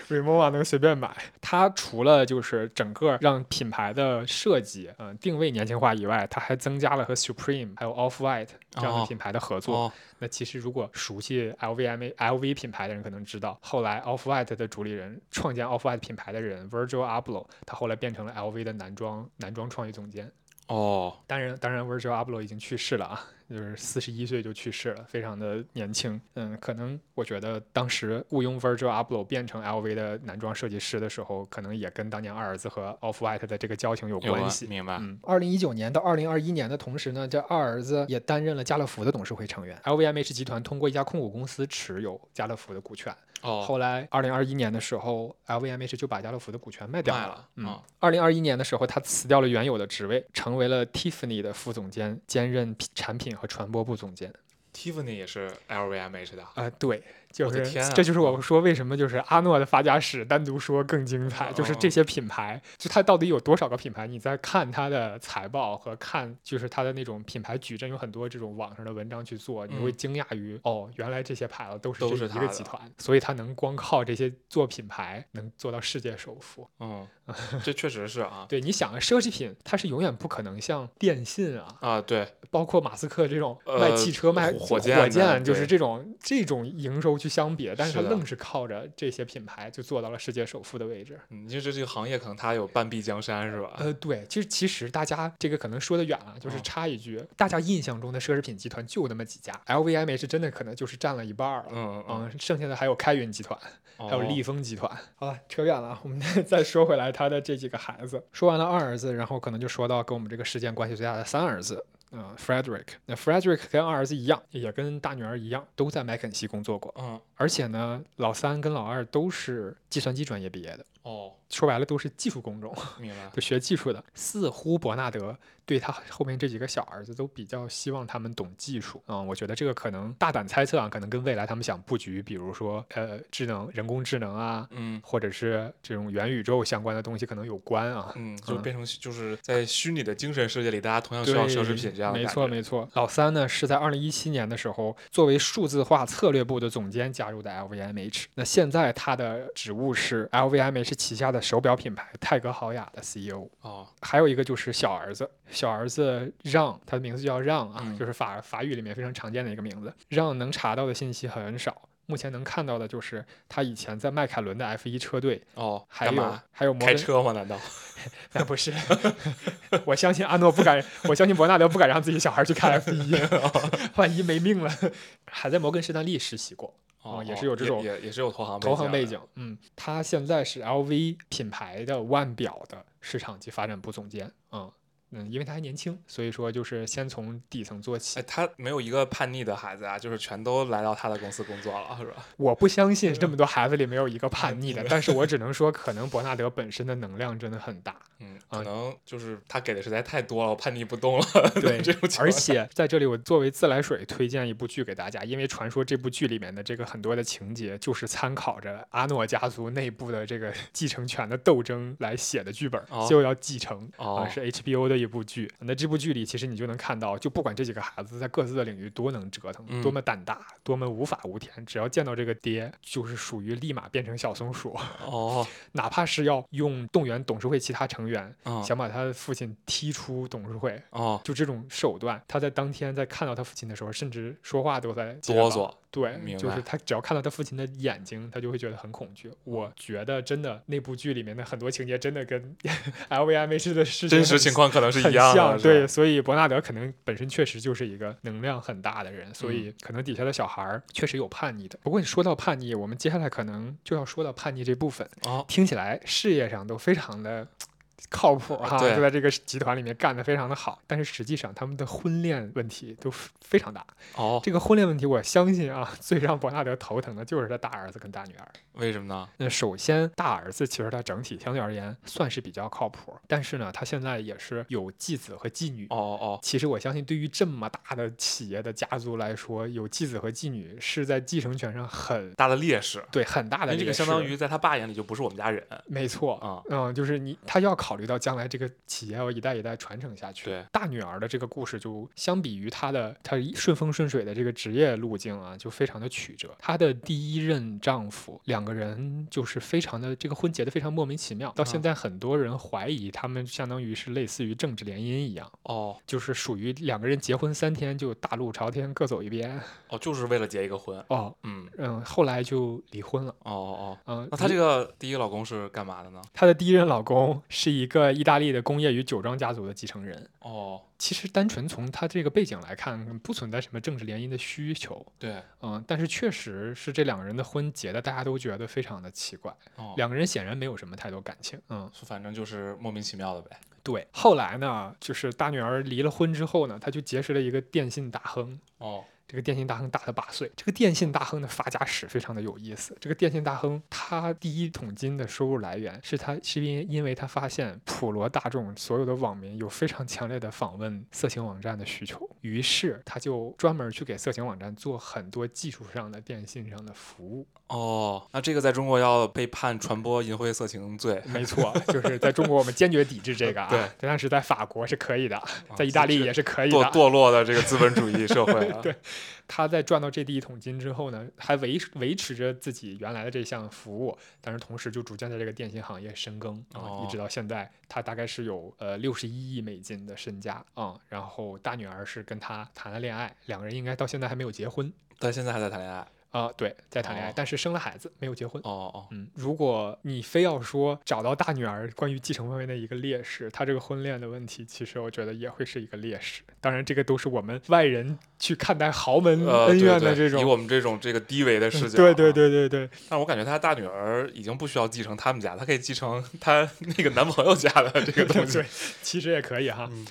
[SPEAKER 1] Remova 能随便买，它除了就是整个让品牌的设计，嗯、定位年轻化以外，它还增加了和 Supreme 还有 Off White 这样的
[SPEAKER 2] 哦
[SPEAKER 1] 品牌的合作。
[SPEAKER 2] 哦，
[SPEAKER 1] 那其实如果熟悉 LVMH LV 品牌的人可能知道，后来 Off White 的主理人、创建 Off White 品牌的人 Virgil Abloh，他后来变成了 LV 的男装男装创意总监。
[SPEAKER 2] 哦，
[SPEAKER 1] 当然，当然，Virgil Abloh 已经去世了啊，就是四十一岁就去世了，非常的年轻。嗯，可能我觉得当时雇佣 Virgil Abloh 变成 LV 的男装设计师的时候，可能也跟当年二儿子和 Off White 的这个交情有
[SPEAKER 2] 有
[SPEAKER 1] 关
[SPEAKER 2] 了
[SPEAKER 1] 系。
[SPEAKER 2] 明白。
[SPEAKER 1] 嗯，二零一九年到二零二一年的同时呢，这二儿子也担任了家乐福的董事会成员。LVMH 集团通过一家控股公司持有家乐福的股权。
[SPEAKER 2] 哦，
[SPEAKER 1] 后来二零二一年的时候，LVMH 就把家乐福的股权卖掉
[SPEAKER 2] 卖了
[SPEAKER 1] 嗯
[SPEAKER 2] 啊，
[SPEAKER 1] 二零二一年的时候，他辞掉了原有的职位，成为了 Tiffany 的副总监，兼任品产品和传播部总监。
[SPEAKER 2] Tiffany 也是 LVMH 的。
[SPEAKER 1] 啊、对，就
[SPEAKER 2] 我的
[SPEAKER 1] 是
[SPEAKER 2] 天啊
[SPEAKER 1] 这就是我说为什么就是阿诺的发家史单独说更精彩，就是这些品牌，就它到底有多少个品牌？你在看它的财报和看就是它的那种品牌矩阵，有很多这种网上的文章去做，你会
[SPEAKER 2] 嗯
[SPEAKER 1] 惊讶于、哦，原来这些牌子都是
[SPEAKER 2] 都
[SPEAKER 1] 这
[SPEAKER 2] 是
[SPEAKER 1] 一
[SPEAKER 2] 它
[SPEAKER 1] 个
[SPEAKER 2] 的
[SPEAKER 1] 集团，所以它能光靠这些做品牌能做到世界首富。
[SPEAKER 2] 嗯， 这确实是啊。
[SPEAKER 1] 对，你想啊，奢侈品它是永远不可能像电信啊，
[SPEAKER 2] 啊，对，
[SPEAKER 1] 包括马斯克这种
[SPEAKER 2] 呃
[SPEAKER 1] 卖汽车、卖
[SPEAKER 2] 火
[SPEAKER 1] 火
[SPEAKER 2] 火箭的
[SPEAKER 1] 就是
[SPEAKER 2] 对
[SPEAKER 1] 这种这种营收去相比，但是
[SPEAKER 2] 是
[SPEAKER 1] 他
[SPEAKER 2] 的
[SPEAKER 1] 愣是靠着这些品牌就做到了世界首富的位置。
[SPEAKER 2] 你嗯就这这个行业可能它有半壁江山是吧？
[SPEAKER 1] 呃，对，其实其实大家这个可能说的远了，就是
[SPEAKER 2] 啊嗯
[SPEAKER 1] 插一句，大家印象中的奢侈品集团就那么几家，LVMH 真的可能就是占了一半儿了。
[SPEAKER 2] 嗯哦嗯，
[SPEAKER 1] 嗯，剩下的还有开云集团，
[SPEAKER 2] 还
[SPEAKER 1] 还有利丰集团。哦好了，扯远了，我们 再说回来他的这几个孩子。说完了二儿子，然后可能就说到跟我们这个事件关系最大的三儿子。嗯、f r e d e r i c k 那 Frederick 跟二儿子一样，也跟大女儿一样，都在麦肯锡工作过。
[SPEAKER 2] 嗯
[SPEAKER 1] 而且呢，老三跟老二都是计算机专业毕业的，
[SPEAKER 2] 哦，
[SPEAKER 1] 说白了都是技术工种，
[SPEAKER 2] 明白。
[SPEAKER 1] 就学技术的。似乎伯纳德对他后面这几个小儿子都比较希望他们懂技术。嗯，我觉得这个可能大胆猜测啊，可能跟未来他们想布局，比如说呃，智能、人工智能啊，
[SPEAKER 2] 嗯
[SPEAKER 1] 或者是这种元宇宙相关的东西可能有关啊。
[SPEAKER 2] 嗯，就
[SPEAKER 1] 嗯
[SPEAKER 2] 变成就是在虚拟的精神世界里，大家同样需要奢侈品这样的
[SPEAKER 1] 没
[SPEAKER 2] 感
[SPEAKER 1] 错
[SPEAKER 2] 觉
[SPEAKER 1] 没错。老三呢是在二零一七年的时候，作为数字化策略部的总监加入的 LVMH。那现在他的职务是 LVMH 旗下的手表品牌泰格豪雅的 CEO。
[SPEAKER 2] 哦，
[SPEAKER 1] 还有一个就是小儿子，小儿子让，他的名字叫让啊，
[SPEAKER 2] 嗯
[SPEAKER 1] 就是法法语里面非常常见的一个名字。让能查到的信息很少，目前能看到的就是他以前在迈凯伦的 F1 车队，
[SPEAKER 2] 哦，
[SPEAKER 1] 还
[SPEAKER 2] 干
[SPEAKER 1] 有
[SPEAKER 2] 嘛？
[SPEAKER 1] 还有摩
[SPEAKER 2] 开
[SPEAKER 1] 根
[SPEAKER 2] 车吗？ 难道？
[SPEAKER 1] 那不是， 我相信阿诺不敢，我相信伯纳德不敢让自己小孩去看 F 1 万一没命了。还在摩根士丹利实习过，
[SPEAKER 2] 哦，
[SPEAKER 1] 也
[SPEAKER 2] 哦
[SPEAKER 1] 是有这种
[SPEAKER 2] 也也是有投行
[SPEAKER 1] 投行背
[SPEAKER 2] 的啊
[SPEAKER 1] 景。嗯，他现在是 LV 品牌的腕表的市场及发展部总监。嗯，嗯，因为他还年轻，所以说就是先从底层做起
[SPEAKER 2] 哎，。他没有一个叛逆的孩子啊，就是全都来到他的公司工作了，是吧？
[SPEAKER 1] 我不相信这么多孩子里没有一个叛逆的，但是我只能说，可能伯纳德本身的能量真的很大。
[SPEAKER 2] 嗯，
[SPEAKER 1] 啊
[SPEAKER 2] 可能就是他给的实在太多了，我叛逆不动了。
[SPEAKER 1] 对
[SPEAKER 2] 这种情，况
[SPEAKER 1] 而且在这里，我作为自来水推荐一部剧给大家，因为传说这部剧里面的这个很多的情节，就是参考着阿诺家族内部的这个继承权的斗争来写的剧本儿，
[SPEAKER 2] 哦
[SPEAKER 1] 就要继承。
[SPEAKER 2] 哦
[SPEAKER 1] 啊，是 HBO 的一部剧。那这部剧里，其实你就能看到，就不管这几个孩子在各自的领域多能折腾，
[SPEAKER 2] 嗯
[SPEAKER 1] 多么胆大，多么无法无天，只要见到这个爹，就是属于立马变成小松鼠，
[SPEAKER 2] 哦，
[SPEAKER 1] 哪怕是要用动员董事会其他成员，
[SPEAKER 2] 嗯
[SPEAKER 1] 想把他的父亲踢出董事会，
[SPEAKER 2] 哦，
[SPEAKER 1] 就这种手段，他在当天在看到他父亲的时候，甚至说话都在结
[SPEAKER 2] 哆
[SPEAKER 1] 巴。
[SPEAKER 2] 嗦，
[SPEAKER 1] 对，
[SPEAKER 2] 明
[SPEAKER 1] 就是
[SPEAKER 2] 白
[SPEAKER 1] 他只要看到他父亲的眼睛，他就会觉得很恐惧。我觉得真的那部剧里面的很多情节真的跟 LVMH 的事情
[SPEAKER 2] 真
[SPEAKER 1] 很
[SPEAKER 2] 实情况可能是
[SPEAKER 1] 很
[SPEAKER 2] 一样
[SPEAKER 1] 像
[SPEAKER 2] 的，是
[SPEAKER 1] 对，
[SPEAKER 2] 吧，
[SPEAKER 1] 所以伯纳德可能本身确实就是一个能量很大的人，所
[SPEAKER 2] 嗯
[SPEAKER 1] 以可能底下的小孩儿确实有叛逆的。不过你说到叛逆，我们接下来可能就要说到叛逆这部分，
[SPEAKER 2] 哦，
[SPEAKER 1] 听起来事业上都非常的。靠谱哈、
[SPEAKER 2] 啊对
[SPEAKER 1] 就在这个集团里面干得非常的好，但是实际上他们的婚恋问题都非非常大。
[SPEAKER 2] 哦，
[SPEAKER 1] 这个婚恋问题，我相信啊， 最让伯纳德头疼的就是他大儿子跟大女儿。
[SPEAKER 2] 为什么呢？
[SPEAKER 1] 那首先，大儿子其实他整体相对而言算是比较靠谱，但是呢，他现在也是有继子和继女。
[SPEAKER 2] 哦哦，
[SPEAKER 1] 其实我相信，对于这么大的企业的家族来说，有继子和继女是在继承权上很
[SPEAKER 2] 大的劣势，
[SPEAKER 1] 对很大
[SPEAKER 2] 因
[SPEAKER 1] 的
[SPEAKER 2] 为
[SPEAKER 1] 劣势。
[SPEAKER 2] 这个相当于在他爸眼里就不是我们家人，
[SPEAKER 1] 没错
[SPEAKER 2] 啊
[SPEAKER 1] 嗯，就是你他要考虑到将来这个企业要一代一代传承下去。
[SPEAKER 2] 对，
[SPEAKER 1] 大女儿的这个故事就相比于她的她一顺风顺水的这个职业路径啊，就非常的曲折。她的第一任丈夫两个人就是非常的这个婚结的非常莫名其妙，到现
[SPEAKER 2] 啊
[SPEAKER 1] 在很多人怀疑他们相当于是类似于政治联姻一样，
[SPEAKER 2] 哦
[SPEAKER 1] 就是属于两个人结婚三天就大路朝天各走一边
[SPEAKER 2] 哦，就是为了结一个婚，
[SPEAKER 1] 哦，
[SPEAKER 2] 嗯，
[SPEAKER 1] 嗯，后来就离婚了。
[SPEAKER 2] 哦哦哦，
[SPEAKER 1] 嗯，
[SPEAKER 2] 那她这个第一老公是干嘛的呢？
[SPEAKER 1] 她的第一任老公是一个意大利的工业与酒庄家族的继承人。
[SPEAKER 2] 哦，
[SPEAKER 1] 其实单纯从她这个背景来看，不存在什么政治联姻的需求。
[SPEAKER 2] 对，
[SPEAKER 1] 嗯，但是确实是这两个人的婚结的，大家都觉得非常的奇怪。
[SPEAKER 2] 哦，
[SPEAKER 1] 两个人显然没有什么太多感情。嗯，
[SPEAKER 2] 反正就是莫名其妙的呗。
[SPEAKER 1] 对。后来呢，就是大女儿离了婚之后呢，她就结识了一个电信大亨。
[SPEAKER 2] 哦，
[SPEAKER 1] 这个电信大亨大他八岁。这个电信大亨的发家史非常的有意思。这个电信大亨他第一桶金的收入来源是他是因因为他发现普罗大众所有的网民有非常强烈的访问色情网站的需求，于是他就专门去给色情网站做很多技术上的电信上的服务。
[SPEAKER 2] 哦，那这个在中国要被判传播淫秽色情罪，
[SPEAKER 1] 没错，就是在中国我们坚决抵制这个啊。
[SPEAKER 2] 对，
[SPEAKER 1] 但是在法国是可以的，
[SPEAKER 2] 啊
[SPEAKER 1] 在意大利也是可以的。
[SPEAKER 2] 堕 堕落的这个资本主义社会、 啊。
[SPEAKER 1] 对他在赚到这第一桶金之后呢，还维持维持着自己原来的这项服务，但是同时就逐渐在这个电信行业深耕啊、
[SPEAKER 2] 哦
[SPEAKER 1] 一直到现在，他大概是有呃六十一亿美金的身家啊、然后大女儿是跟他谈了恋爱，两个人应该到现在还没有结婚
[SPEAKER 2] 但现在还在谈恋爱。
[SPEAKER 1] 啊、对，在谈恋爱，
[SPEAKER 2] 哦
[SPEAKER 1] 但是生了孩子，没有结婚。
[SPEAKER 2] 哦哦，
[SPEAKER 1] 嗯，如果你非要说找到大女儿关于继承方面的一个劣势，她这个婚恋的问题，其实我觉得也会是一个劣势。当然，这个都是我们外人去看待豪门
[SPEAKER 2] 呃，
[SPEAKER 1] 恩
[SPEAKER 2] 对
[SPEAKER 1] 怨
[SPEAKER 2] 对
[SPEAKER 1] 的这种
[SPEAKER 2] 以我们这种这嗯个低维的视角、啊
[SPEAKER 1] 对对。对对对，
[SPEAKER 2] 但我感觉他大女儿已经不需要继承他们家，她可以继承 她那个男朋友家的这个东 西。
[SPEAKER 1] 对，其实也可以哈。啊、
[SPEAKER 2] 嗯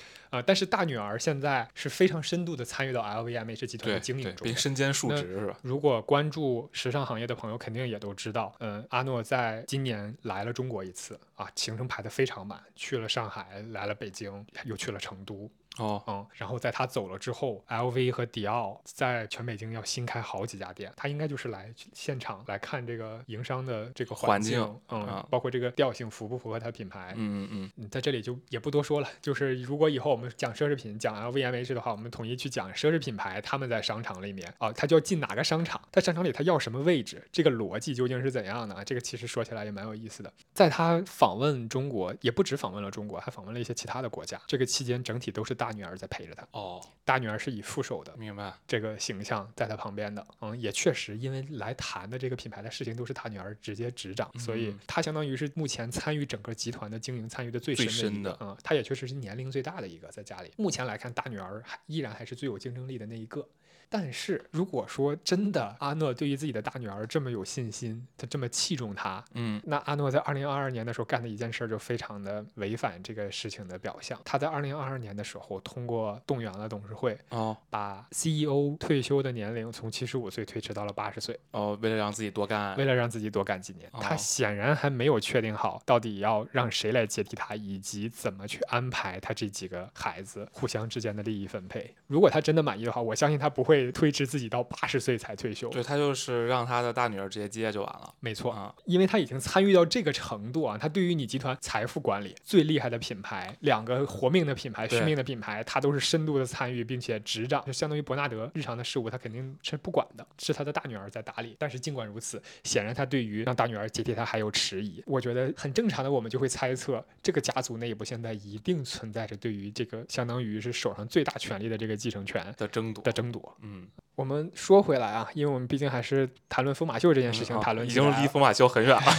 [SPEAKER 1] 但是大女儿现在是非常深度的参与到 LVMH 集团
[SPEAKER 2] 对
[SPEAKER 1] 的经
[SPEAKER 2] 对
[SPEAKER 1] 营中
[SPEAKER 2] 并。身兼数
[SPEAKER 1] 那
[SPEAKER 2] 职是吧？
[SPEAKER 1] 如果关注时尚行业的朋友，肯定也都知道，嗯，阿诺在今年来了中国一次啊，行程排得非常满，去了上海，来了北京，又去了成都，
[SPEAKER 2] 哦
[SPEAKER 1] 嗯，然后在他走了之后，LV 和迪奥在全北京要新开好几家店，他应该就是来现场来看这个营商的这个
[SPEAKER 2] 环
[SPEAKER 1] 境，
[SPEAKER 2] 境
[SPEAKER 1] 嗯，
[SPEAKER 2] 啊
[SPEAKER 1] 包括这个调性符不符合他品牌，
[SPEAKER 2] 嗯嗯
[SPEAKER 1] 嗯，在这里就也不多说了。就是如果以后我们讲奢侈品、讲 LVMH 的话，我们统一去讲奢侈品牌，他们在商场里面啊，他就要进哪个商场，在商场里他要什么位置，这个逻辑究竟是怎样的啊？这个其实说起来也蛮有意思的。在他访问中国，也不止访问了中国，还访问了一些其他的国家。这个期间，整体都是大女儿在陪着他，
[SPEAKER 2] 哦，
[SPEAKER 1] 大女儿是以副手的
[SPEAKER 2] 明白。
[SPEAKER 1] 这个形象在他旁边的，嗯，也确实因为来谈的这个品牌的事情都是他女儿直接执掌，所以
[SPEAKER 2] 嗯
[SPEAKER 1] 他相当于是目前参与整个集团的经营参与的最
[SPEAKER 2] 最
[SPEAKER 1] 深
[SPEAKER 2] 深
[SPEAKER 1] 的一
[SPEAKER 2] 的
[SPEAKER 1] 个，嗯，他也确实是年龄最大的一个在家里。目前来看，大女儿还依然还是最有竞争力的那一个。但是如果说真的阿诺对于自己的大女儿这么有信心，他这么器重她，
[SPEAKER 2] 嗯
[SPEAKER 1] 那阿诺在二零二二年的时候干的一件事儿就非常的违反这个事情的表象。他在二零二二年的时候通过动员了董事会，
[SPEAKER 2] 哦
[SPEAKER 1] 把 CEO 退休的年龄从七十五岁推迟到了八十岁，
[SPEAKER 2] 哦，为了让自己多干
[SPEAKER 1] 为，了让自己多干几年。他
[SPEAKER 2] 哦
[SPEAKER 1] 显然还没有确定好到底要让谁来接替他，以及怎么去安排他这几个孩子互相之间的利益分配。如果他真的满意的话，我相信他不会推迟自己到八十岁才退休。
[SPEAKER 2] 对他就是让他的大女儿直接接就完了。
[SPEAKER 1] 没错，
[SPEAKER 2] 啊，
[SPEAKER 1] 因为他已经参与到这个程度啊，他对于你集团财富管理最厉害的品牌，两个活命的品牌、
[SPEAKER 2] 对
[SPEAKER 1] 续命的品牌，他都是深度的参与，并且执掌，就相当于伯纳德日常的事务，他肯定是不管的，是他的大女儿在打理。但是尽管如此，显然他对于让大女儿接替他还有迟疑。我觉得很正常的，我们就会猜测，这个家族内部现在一定存在着对于这个相当于是手上最大权力的这个继承权
[SPEAKER 2] 的争夺
[SPEAKER 1] 的，争夺。
[SPEAKER 2] 嗯，
[SPEAKER 1] 我们说回来啊，因为我们毕竟还是谈论疯马秀这件事情，
[SPEAKER 2] 嗯啊
[SPEAKER 1] 谈论
[SPEAKER 2] 已
[SPEAKER 1] 起
[SPEAKER 2] 经
[SPEAKER 1] 来
[SPEAKER 2] 离
[SPEAKER 1] 了
[SPEAKER 2] 疯马秀很远了。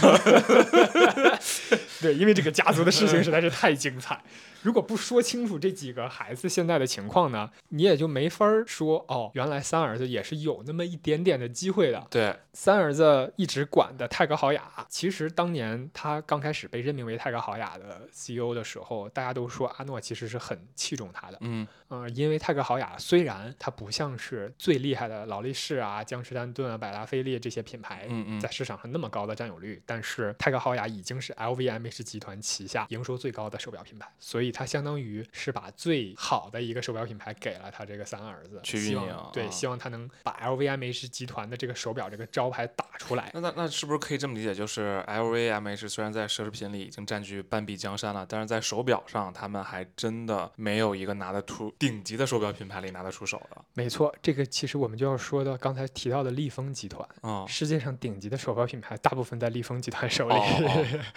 [SPEAKER 1] 对，因为这个家族的事情实在是太精彩。如果不说清楚这几个孩子现在的情况呢，你也就没法儿说哦，原来三儿子也是有那么一点点的机会的。
[SPEAKER 2] 对，
[SPEAKER 1] 三儿子一直管的泰格豪雅，其实当年他刚开始被任命为泰格豪雅的 CEO 的时候，大家都说阿诺其实是很器重他的。
[SPEAKER 2] 嗯
[SPEAKER 1] 呃，因为泰格豪雅虽然它不像是最厉害的劳力士啊、江诗丹顿啊、百达翡丽这些品牌
[SPEAKER 2] 嗯嗯
[SPEAKER 1] 在市场上那么高的占有率，但是泰格豪雅已经是 LVMH 集团旗下营收最高的手表品牌，所以它相当于是把最好的一个手表品牌给了他这个三儿子，
[SPEAKER 2] 去
[SPEAKER 1] 希
[SPEAKER 2] 运
[SPEAKER 1] 望
[SPEAKER 2] 营啊
[SPEAKER 1] 对，希望他能把 LVMH 集团的这个手表这个招牌打出来。
[SPEAKER 2] 那那那是不是可以这么理解？就是 LVMH 虽然在奢侈品里已经占据半壁江山了，但是在手表上，他们还真的没有一个拿得出顶级的手表品牌里拿得出手的。
[SPEAKER 1] 没错，这个其实我们就要说到刚才提到的利丰集团。
[SPEAKER 2] 嗯，
[SPEAKER 1] 世界上顶级的手表品牌大部分在利丰集团手里，
[SPEAKER 2] 哦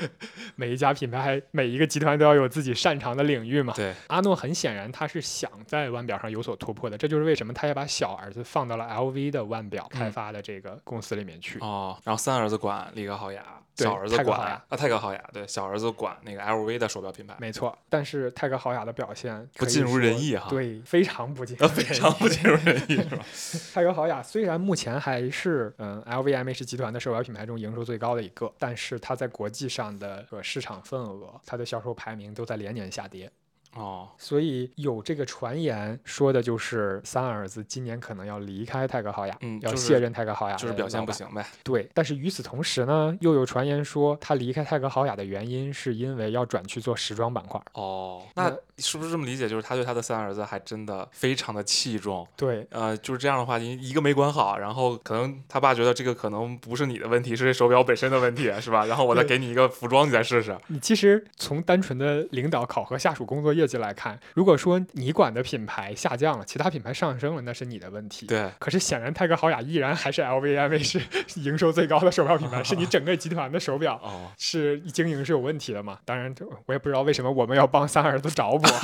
[SPEAKER 2] 哦
[SPEAKER 1] 每一家品牌还每一个集团都要有自己擅长的领域嘛。
[SPEAKER 2] 对，
[SPEAKER 1] 阿诺很显然他是想在腕表上有所突破的，这就是为什么他也把小儿子放到了 LV 的腕表开
[SPEAKER 2] 嗯
[SPEAKER 1] 发的这个公司里面去。
[SPEAKER 2] 哦，然后三儿子管李格豪雅，
[SPEAKER 1] 对
[SPEAKER 2] 小儿子
[SPEAKER 1] 泰格
[SPEAKER 2] 管
[SPEAKER 1] 豪雅
[SPEAKER 2] 啊泰格豪雅，对，小儿子管那个 LV 的手表品牌，
[SPEAKER 1] 没错，但是泰格豪雅的表现
[SPEAKER 2] 不
[SPEAKER 1] 可以
[SPEAKER 2] 尽如人
[SPEAKER 1] 说
[SPEAKER 2] 意哈
[SPEAKER 1] 对，非常不尽
[SPEAKER 2] 呃，
[SPEAKER 1] 如人
[SPEAKER 2] 非
[SPEAKER 1] 意，
[SPEAKER 2] 常不尽如人意是吧？
[SPEAKER 1] 泰格豪雅虽然目前还是嗯 LVMH 集团的手表品牌中营收最高的一个，但是它在国际上的呃市场份额、它的销售排名都在连年下跌。
[SPEAKER 2] 哦，
[SPEAKER 1] 所以有这个传言说的就是三儿子今年可能要离开泰格豪雅，
[SPEAKER 2] 嗯
[SPEAKER 1] 要
[SPEAKER 2] 就是
[SPEAKER 1] 卸任泰格豪雅，
[SPEAKER 2] 就是表现不。行呗。
[SPEAKER 1] 对，但是与此同时呢，又有传言说他离开泰格豪雅的原因是因为要转去做时装板块。
[SPEAKER 2] 哦，
[SPEAKER 1] 那
[SPEAKER 2] 那是不是这么理解？就是他对他的三儿子还真的非常的器重，
[SPEAKER 1] 对，
[SPEAKER 2] 呃，就是这样的话，一一个没管好，然后可能他爸觉得这个可能不是你的问题，是这手表本身的问题，是吧？然后我再
[SPEAKER 1] 对
[SPEAKER 2] 给你一个服装，你再试试。
[SPEAKER 1] 你其实从单纯的领导考核下属工作业绩来看，如果说你管的品牌下降了，其他品牌上升了，那是你的问题。。
[SPEAKER 2] 对，
[SPEAKER 1] 可是显然，泰格豪雅依然还是 LVMH 营收最高的手表品牌，是你整个集团的手表。
[SPEAKER 2] 哦，
[SPEAKER 1] 是经营是有问题的嘛？当然，这我也不知道为什么我们要帮三儿子找补啊，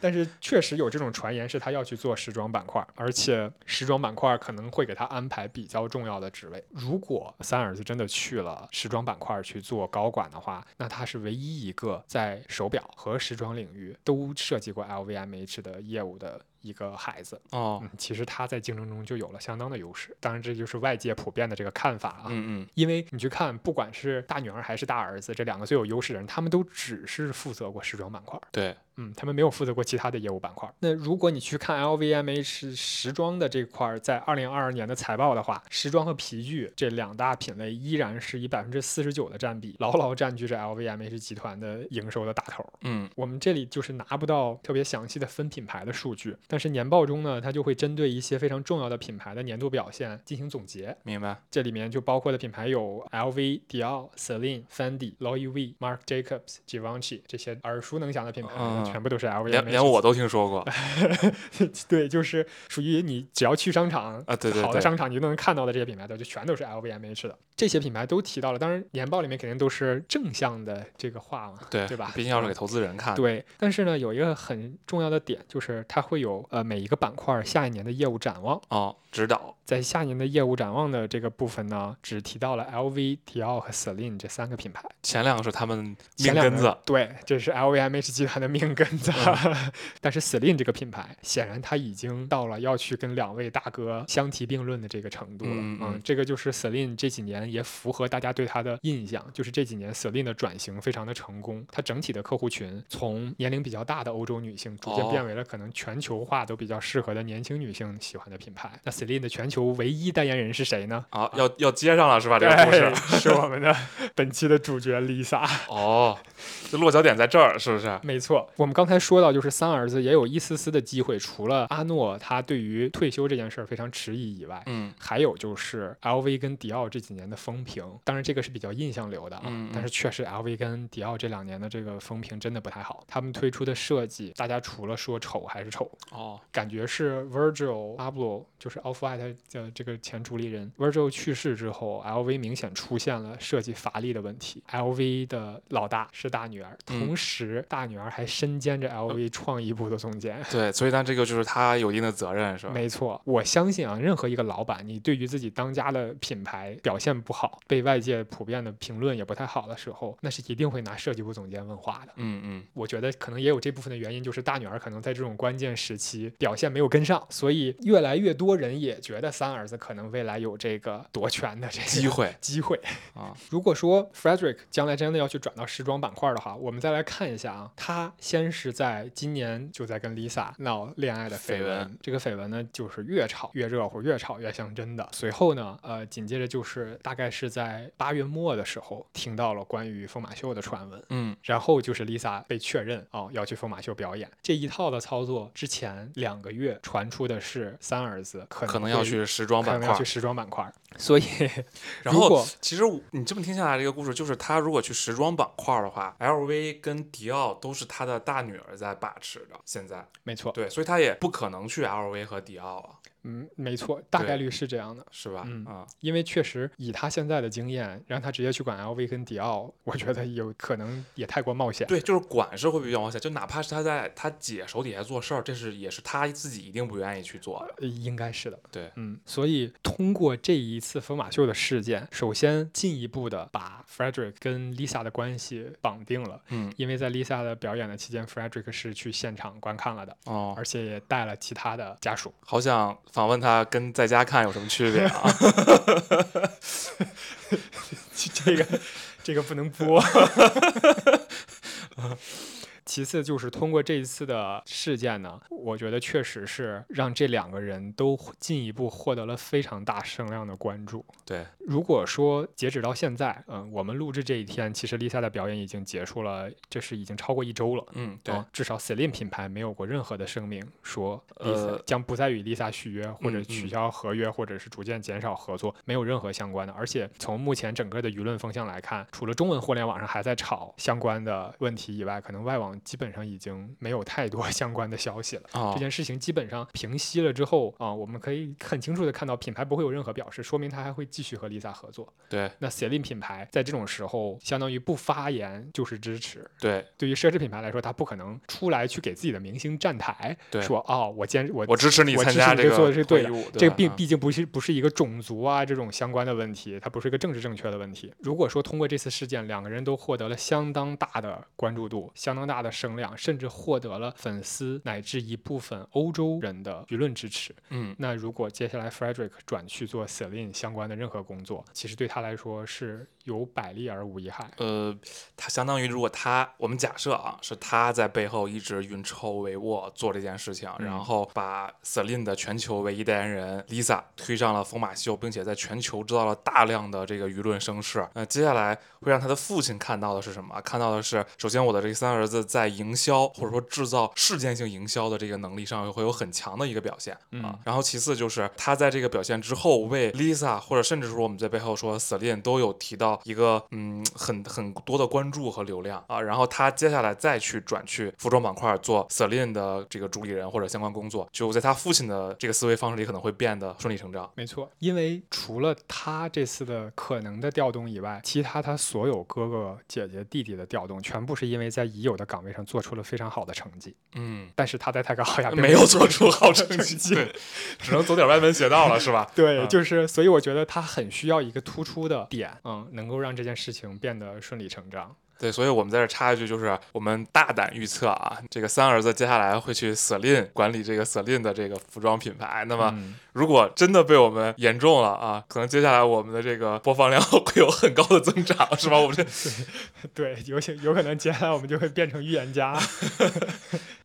[SPEAKER 1] 但是确实有这种传言是他要去做时装板块，而且时装板块可能会给他安排比较重要的职位。如果三儿子真的去了时装板块去做高管的话，那他是唯一一个在手表和时装领域都涉及过 LVMH 的业务的一个孩子。
[SPEAKER 2] 哦，
[SPEAKER 1] 嗯，其实他在竞争中就有了相当的优势。当然，这就是外界普遍的这个看法啊。
[SPEAKER 2] 嗯嗯，
[SPEAKER 1] 因为你去看，不管是大女儿还是大儿子，这两个最有优势的人，他们都只是负责过时装板块，
[SPEAKER 2] 对，
[SPEAKER 1] 嗯，他们没有负责过其他的业务板块。那如果你去看 LVMH 时装的这块儿，在二零二二年的财报的话，时装和皮具这两大品类依然是以百分之四十九的占比，牢牢占据着 LVMH 集团的营收的大头。
[SPEAKER 2] 嗯
[SPEAKER 1] 我们这里就是拿不到特别详细的分品牌的数据，但是年报中呢，它就会针对一些非常重要的品牌的年度表现进行总结。
[SPEAKER 2] 明白。
[SPEAKER 1] 这里面就包括的品牌有 LV、迪奥、Celine、Fendi、Louis V、Marc Jacobs、Givenchy 这些耳熟能详的品牌，
[SPEAKER 2] 嗯
[SPEAKER 1] 全部都是 LV。
[SPEAKER 2] 连连我都听说过
[SPEAKER 1] 对，就是属于你只要去商场
[SPEAKER 2] 啊，对对
[SPEAKER 1] 好的
[SPEAKER 2] 对，
[SPEAKER 1] 商场你就能看到的这些品牌的，就全都是 LVMH 的。这些品牌都提到了，当然年报里面肯定都是正向的这个话嘛，
[SPEAKER 2] 对
[SPEAKER 1] 对吧？
[SPEAKER 2] 毕竟要是给投资人看，
[SPEAKER 1] 对，但是呢，有一个很重要的点，就是它会有呃每一个板块下一年的业务展望。
[SPEAKER 2] 哦，指导。
[SPEAKER 1] 在下年的业务展望的这个部分呢，只提到了 LV、迪奥和 Celine 这三个品牌。
[SPEAKER 2] 前两个是他们
[SPEAKER 1] 前
[SPEAKER 2] 命
[SPEAKER 1] 两
[SPEAKER 2] 根
[SPEAKER 1] 个
[SPEAKER 2] 子，
[SPEAKER 1] 对，这是 LVMH 集团的命根子。
[SPEAKER 2] 嗯
[SPEAKER 1] 但是 Celine 这个品牌，显然它已经到了要去跟两位大哥相提并论的这个程度了。
[SPEAKER 2] 嗯嗯嗯
[SPEAKER 1] 这个就是 Celine 这几年也符合大家对它的印象，就是这几年 Celine 的转型非常的成功，它整体的客户群从年龄比较大的欧洲女性，逐渐
[SPEAKER 2] 哦
[SPEAKER 1] 变为了可能全球化都比较适合的年轻女性喜欢的品牌。那 Celine 的全球唯一代言人是谁呢？
[SPEAKER 2] 啊，要要接上了是吧？这
[SPEAKER 1] 对，
[SPEAKER 2] 个故事
[SPEAKER 1] 是我们的本期的主角 Lisa。
[SPEAKER 2] 哦，这落脚点在这儿 是不是？
[SPEAKER 1] 没错，我们刚才说到，就是三儿子也有一丝丝的机会，除了阿诺他对于退休这件事儿非常迟疑以外。
[SPEAKER 2] 嗯
[SPEAKER 1] 还有就是 L V 跟迪奥这几年的风评，当然这个是比较印象流的啊，
[SPEAKER 2] 嗯嗯
[SPEAKER 1] 但是确实 L V 跟迪奥这两年的这个风评真的不太好。他们推出的设计，大家除了说丑还是丑，
[SPEAKER 2] 哦
[SPEAKER 1] 感觉是 Virgil Abloh，就是 Off White 的这个前主理人 Virgil 去世之后，LV 明显出现了设计乏力的问题。LV 的老大是大女儿，
[SPEAKER 2] 嗯哦
[SPEAKER 1] 同时大女儿还身兼着 LV 创意部的总监。
[SPEAKER 2] 对，所以但这个就是他有一定的责任是吧？
[SPEAKER 1] 没错，我相信啊，任何一个老板，你对于自己当家的品牌表现不好，被外界普遍的评论也不太好的时候，那是一定会拿设计部总监问话的。
[SPEAKER 2] 嗯嗯，
[SPEAKER 1] 我觉得可能也有这部分的原因，就是大女儿可能在这种关键时期表现没有跟上，所以越来越多人也觉得三儿子可能未来有这个夺权的这个
[SPEAKER 2] 机会
[SPEAKER 1] 机会。
[SPEAKER 2] 啊，
[SPEAKER 1] 如果说 Frederick 将来真的要去转到时装板块的话，我们再来看一下啊，他先是在今年就在跟 Lisa 闹恋爱的绯
[SPEAKER 2] 绯
[SPEAKER 1] 闻
[SPEAKER 2] 闻，
[SPEAKER 1] 这个绯闻呢就是越炒越热乎，越炒越像真的。随后呢，呃，紧接着就是大概是在八月末的时候，听到了关于疯马秀的传闻。
[SPEAKER 2] 嗯
[SPEAKER 1] 然后就是 Lisa 被确认哦要去疯马秀表演这一套的操作，之前两个月传出的是三儿子可能
[SPEAKER 2] 可能要
[SPEAKER 1] 会
[SPEAKER 2] 去时装
[SPEAKER 1] 可
[SPEAKER 2] 板
[SPEAKER 1] 能
[SPEAKER 2] 块
[SPEAKER 1] 要去。时装板块， 所以
[SPEAKER 2] 然
[SPEAKER 1] 如
[SPEAKER 2] 后
[SPEAKER 1] 果，
[SPEAKER 2] 其实我你这么听下来，这个故事就是他如果去时装板块的话，LV 跟迪奥都是他的大女儿在把持着。现在
[SPEAKER 1] 没错，
[SPEAKER 2] 对，所以他也不可能去 LV 和迪奥啊，
[SPEAKER 1] 嗯，没错，大
[SPEAKER 2] 对
[SPEAKER 1] 概率是这样的，
[SPEAKER 2] 是吧？
[SPEAKER 1] 嗯
[SPEAKER 2] 啊，
[SPEAKER 1] 因为确实以他现在的经验，让他直接去管 LV 跟迪奥，我觉得有可能也太过冒险。
[SPEAKER 2] 对，就是管是会比较往下，就哪怕是他在他姐手底下做事儿，这是也是他自己一定不愿意去做的。
[SPEAKER 1] 呃应该是的，
[SPEAKER 2] 对
[SPEAKER 1] 嗯，所以通过这一次疯马秀的事件，首先进一步的把 Frederick 跟 Lisa 的关系绑定了，
[SPEAKER 2] 嗯，
[SPEAKER 1] 因为在 Lisa 的表演的期间，Frederick 是去现场观看了的，
[SPEAKER 2] 哦，
[SPEAKER 1] 而且也带了其他的家属。
[SPEAKER 2] 好想访问他跟在家看有什么区别啊？
[SPEAKER 1] 这个这个不能播。 其次就是通过这一次的事件呢，我觉得确实是让这两个人都进一步获得了非常大声量的关注。
[SPEAKER 2] 对，
[SPEAKER 1] 如果说截止到现在，嗯，我们录制这一天，其实 Lisa 的表演已经结束了，这是已经超过一周了。
[SPEAKER 2] 嗯，对，
[SPEAKER 1] 啊至少 Celine 品牌没有过任何的声明说 Lisa、
[SPEAKER 2] 呃
[SPEAKER 1] 将不再与 Lisa 续约，或者
[SPEAKER 2] 嗯
[SPEAKER 1] 取
[SPEAKER 2] 嗯
[SPEAKER 1] 消合约，或者是逐渐减少合作，没有任何相关的。而且从目前整个的舆论风向来看，除了中文互联网上还在炒相关的问题以外，可能外网基本上已经没有太多 相关的消息了。
[SPEAKER 2] 哦
[SPEAKER 1] 这，件事情基本上平息了之后啊、我们可以很清楚的看到，品牌不会有任何表示，说明它还会继续和 Lisa 合作。
[SPEAKER 2] 对
[SPEAKER 1] 那 Celine 品牌在这种时候，相当于不发言就是支持，
[SPEAKER 2] 对，
[SPEAKER 1] 对于奢侈品牌来说，他不可能出来去给自己的明星站台，
[SPEAKER 2] 对
[SPEAKER 1] 说哦，我坚我
[SPEAKER 2] 我支持你
[SPEAKER 1] 我
[SPEAKER 2] 参
[SPEAKER 1] 支
[SPEAKER 2] 加
[SPEAKER 1] 持你
[SPEAKER 2] 这个
[SPEAKER 1] 做的是对
[SPEAKER 2] 会
[SPEAKER 1] 的
[SPEAKER 2] 议舞
[SPEAKER 1] 这
[SPEAKER 2] 对
[SPEAKER 1] 个
[SPEAKER 2] 吧
[SPEAKER 1] 毕
[SPEAKER 2] 嗯
[SPEAKER 1] 毕竟不是不是一个种族啊这种相关的问题，它不是一个政治正确的问题。如果说通过这次事件，两个人都获得了相当大的关注度、相当大的声量，甚至获得了粉丝乃至一部分欧洲人的舆论支持，
[SPEAKER 2] 嗯，
[SPEAKER 1] 那如果接下来 Frederick 转去做 Celine 相关的任何工作，其实对他来说是有百利而无一害。
[SPEAKER 2] 呃，他相当于如果他，我们假设啊，是他在背后一直运筹帷幄做这件事情，然
[SPEAKER 1] 嗯
[SPEAKER 2] 后把 Celine 的全球唯一代言人 Lisa 推上了疯马秀，并且在全球制造了大量的这个舆论声势。那、接下来会让他的父亲看到的是什么？看到的是，首先我的这三儿子在营销或者说制造事件性营销的这个能力上会有很强的一个表现啊。
[SPEAKER 1] 嗯
[SPEAKER 2] 然后其次就是他在这个表现之后，为 Lisa 或者甚至说我们在背后说 Celine 都有提到一个嗯很很多的关注和流量啊。然后他接下来再去转去服装板块做 Celine 的这个主理人或者相关工作，就在他父亲的这个思维方式里可能会变得顺理成章。
[SPEAKER 1] 没错，因为除了他这次的可能的调动以外，其他他所有哥哥、姐姐、弟弟的调动，全部是因为在已有的岗位上做出了非常好的成绩。
[SPEAKER 2] 嗯，
[SPEAKER 1] 但是他在泰格豪雅并
[SPEAKER 2] 没有做出好成
[SPEAKER 1] 成绩
[SPEAKER 2] 绩，对 只能走点歪门邪道了，是吧？
[SPEAKER 1] 对，
[SPEAKER 2] 嗯
[SPEAKER 1] 就是所以我觉得他很需要一个突出的点，嗯，能够让这件事情变得顺理成章。
[SPEAKER 2] 对，所以我们在这插一句，就是我们大胆预测啊，这个三儿子接下来会去 Celine 管理这个 Celine 的这个服装品牌。那么，
[SPEAKER 1] 嗯
[SPEAKER 2] 如果真的被我们言中了啊，可能接下来我们的这个播放量 会有很高的增长，是吧？我们这
[SPEAKER 1] 对，有些有可能接下来我们就会变成预言家。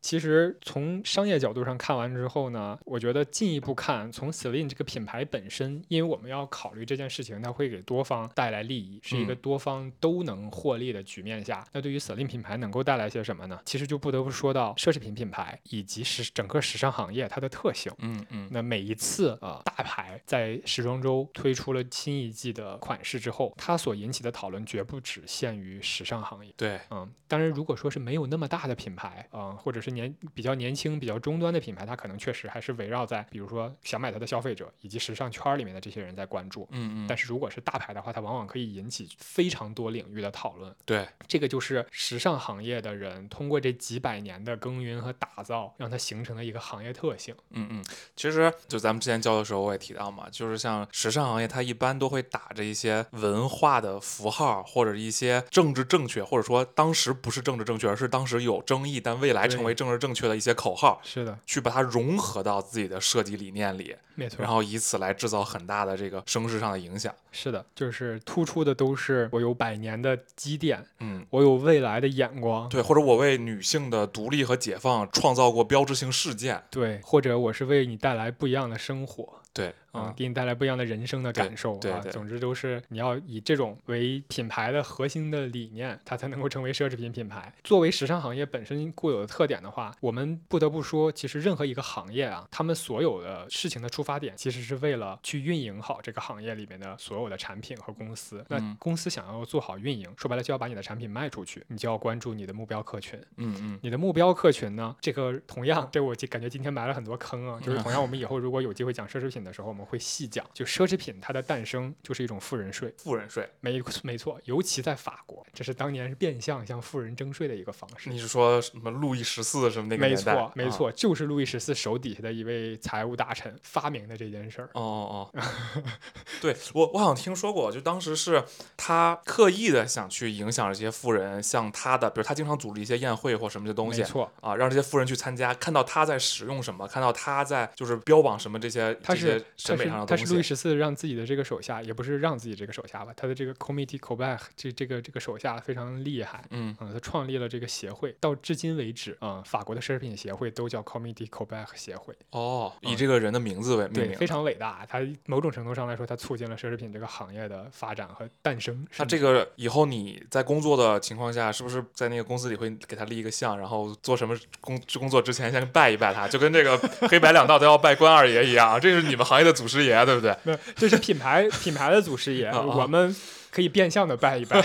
[SPEAKER 1] 其实从商业角度上看完之后呢，我觉得进一步看，从 Celine 这个品牌本身，因为我们要考虑这件事情，它会给多方带来利益，是一个
[SPEAKER 2] 嗯
[SPEAKER 1] 多方都能获利的局面下，那对于 Celine 品牌能够带来些什么呢？其实就不得不说到奢侈品品牌以及时整个时尚行业它的特性。
[SPEAKER 2] 嗯嗯
[SPEAKER 1] 那每一次啊、呃大牌在时装周推出了新一季的款式之后，它所引起的讨论绝不只限于时尚行业。
[SPEAKER 2] 对，
[SPEAKER 1] 嗯，当然，如果说是没有那么大的品牌，嗯、或者是年比较年轻、比较终端的品牌，它可能确实还是围绕在比如说想买它的消费者以及时尚圈儿里面的这些人在关注。
[SPEAKER 2] 嗯嗯，
[SPEAKER 1] 但是如果是大牌的话，它往往可以引起非常多领域的讨论。
[SPEAKER 2] 对，
[SPEAKER 1] 这个就是时尚行业的人通过这几百年的耕耘和打造，让它形成的一个行业特性。
[SPEAKER 2] 嗯嗯，其实就咱们之前教的时候，我也提到嘛，就是像时尚行业，它一般都会打着一些文化的符号，或者一些政治正确，或者说当时不是政治正确，而是当时有争议，但未来成为
[SPEAKER 1] 对
[SPEAKER 2] 政治正确的一些口号，
[SPEAKER 1] 是的，
[SPEAKER 2] 去把它融合到自己的设计理念里，
[SPEAKER 1] 没错。
[SPEAKER 2] 然后以此来制造很大的这个声势上的影响。
[SPEAKER 1] 是的，就是突出的都是我有百年的积淀，
[SPEAKER 2] 嗯，
[SPEAKER 1] 我有未来的眼光，
[SPEAKER 2] 对，或者我为女性的独立和解放创造过标志性事件。
[SPEAKER 1] 对，或者我是为你带来不一样的生活。
[SPEAKER 2] 对，
[SPEAKER 1] 啊、给你带来不一样的人生的
[SPEAKER 2] 嗯对
[SPEAKER 1] 感受
[SPEAKER 2] 对
[SPEAKER 1] 啊！
[SPEAKER 2] 对
[SPEAKER 1] 总之都是你要以这种为品牌的核心的理念，它才能够成为奢侈品品牌。作为时尚行业本身固有的特点的话，我们不得不说，其实任何一个行业啊，他们所有的事情的出发点，其实是为了去运营好这个行业里面的所有的产品和公司。那
[SPEAKER 2] 嗯
[SPEAKER 1] 公司想要做好运营，说白了就要把你的产品卖出去，你就要关注你的目标客群。
[SPEAKER 2] 嗯嗯，
[SPEAKER 1] 你的目标客群呢？这个同样，这我就感觉今天埋了很多坑啊。就是同
[SPEAKER 2] 嗯
[SPEAKER 1] 样，我们以后如果有机会讲奢侈品的时候，我们会细讲。就奢侈品它的诞生就是一种富人税，
[SPEAKER 2] 富人税，
[SPEAKER 1] 没没错，尤其在法国，这是当年是变相向富人征税的一个方式。
[SPEAKER 2] 你是说什么路易十四什么那个
[SPEAKER 1] 没
[SPEAKER 2] 年代？
[SPEAKER 1] 错，没
[SPEAKER 2] 啊
[SPEAKER 1] 错，就是路易十四手底下的一位财务大臣发明的这件事儿。
[SPEAKER 2] 哦哦，哦， 对我我好像听说过，就当时是他刻意的想去影响这些富人，像他的，比如他经常组织一些宴会或什么的东
[SPEAKER 1] 没
[SPEAKER 2] 西
[SPEAKER 1] 错，
[SPEAKER 2] 啊，让这些富人去参加，看到他在使用什么，看到他在就是标榜什么这些
[SPEAKER 1] 他
[SPEAKER 2] 这
[SPEAKER 1] 是
[SPEAKER 2] 些
[SPEAKER 1] 他
[SPEAKER 2] 审美
[SPEAKER 1] 是
[SPEAKER 2] 上的
[SPEAKER 1] 他
[SPEAKER 2] 东
[SPEAKER 1] 是路易
[SPEAKER 2] 西。
[SPEAKER 1] 十四让自己的这个手下，也不是让自己这个手下吧，他的这个 committee c o b a c 这这个这个手下非常厉害。
[SPEAKER 2] 嗯
[SPEAKER 1] 嗯，他创立了这个协会，到至今为止，啊、法国的奢侈品协会都叫 Comité Quebec 协会，
[SPEAKER 2] 哦，以这个人的名字为命
[SPEAKER 1] 嗯对，
[SPEAKER 2] 名
[SPEAKER 1] 非
[SPEAKER 2] 的。
[SPEAKER 1] 常伟大。啊它某种程度上来说，它促进了奢侈品这个行业的发展和诞生。
[SPEAKER 2] 他这
[SPEAKER 1] 个
[SPEAKER 2] 个以后你在工作的情况下，是不是在那个公司里会给他立一个像，然后做什么工工作之前先拜一拜他，就跟这 个黑白两道都要拜关二爷一样，啊这是你们行业的祖师爷，对不对？
[SPEAKER 1] 没有，这是品牌品牌的祖师爷，
[SPEAKER 2] 啊啊
[SPEAKER 1] 我们可以变相的拜 一拜。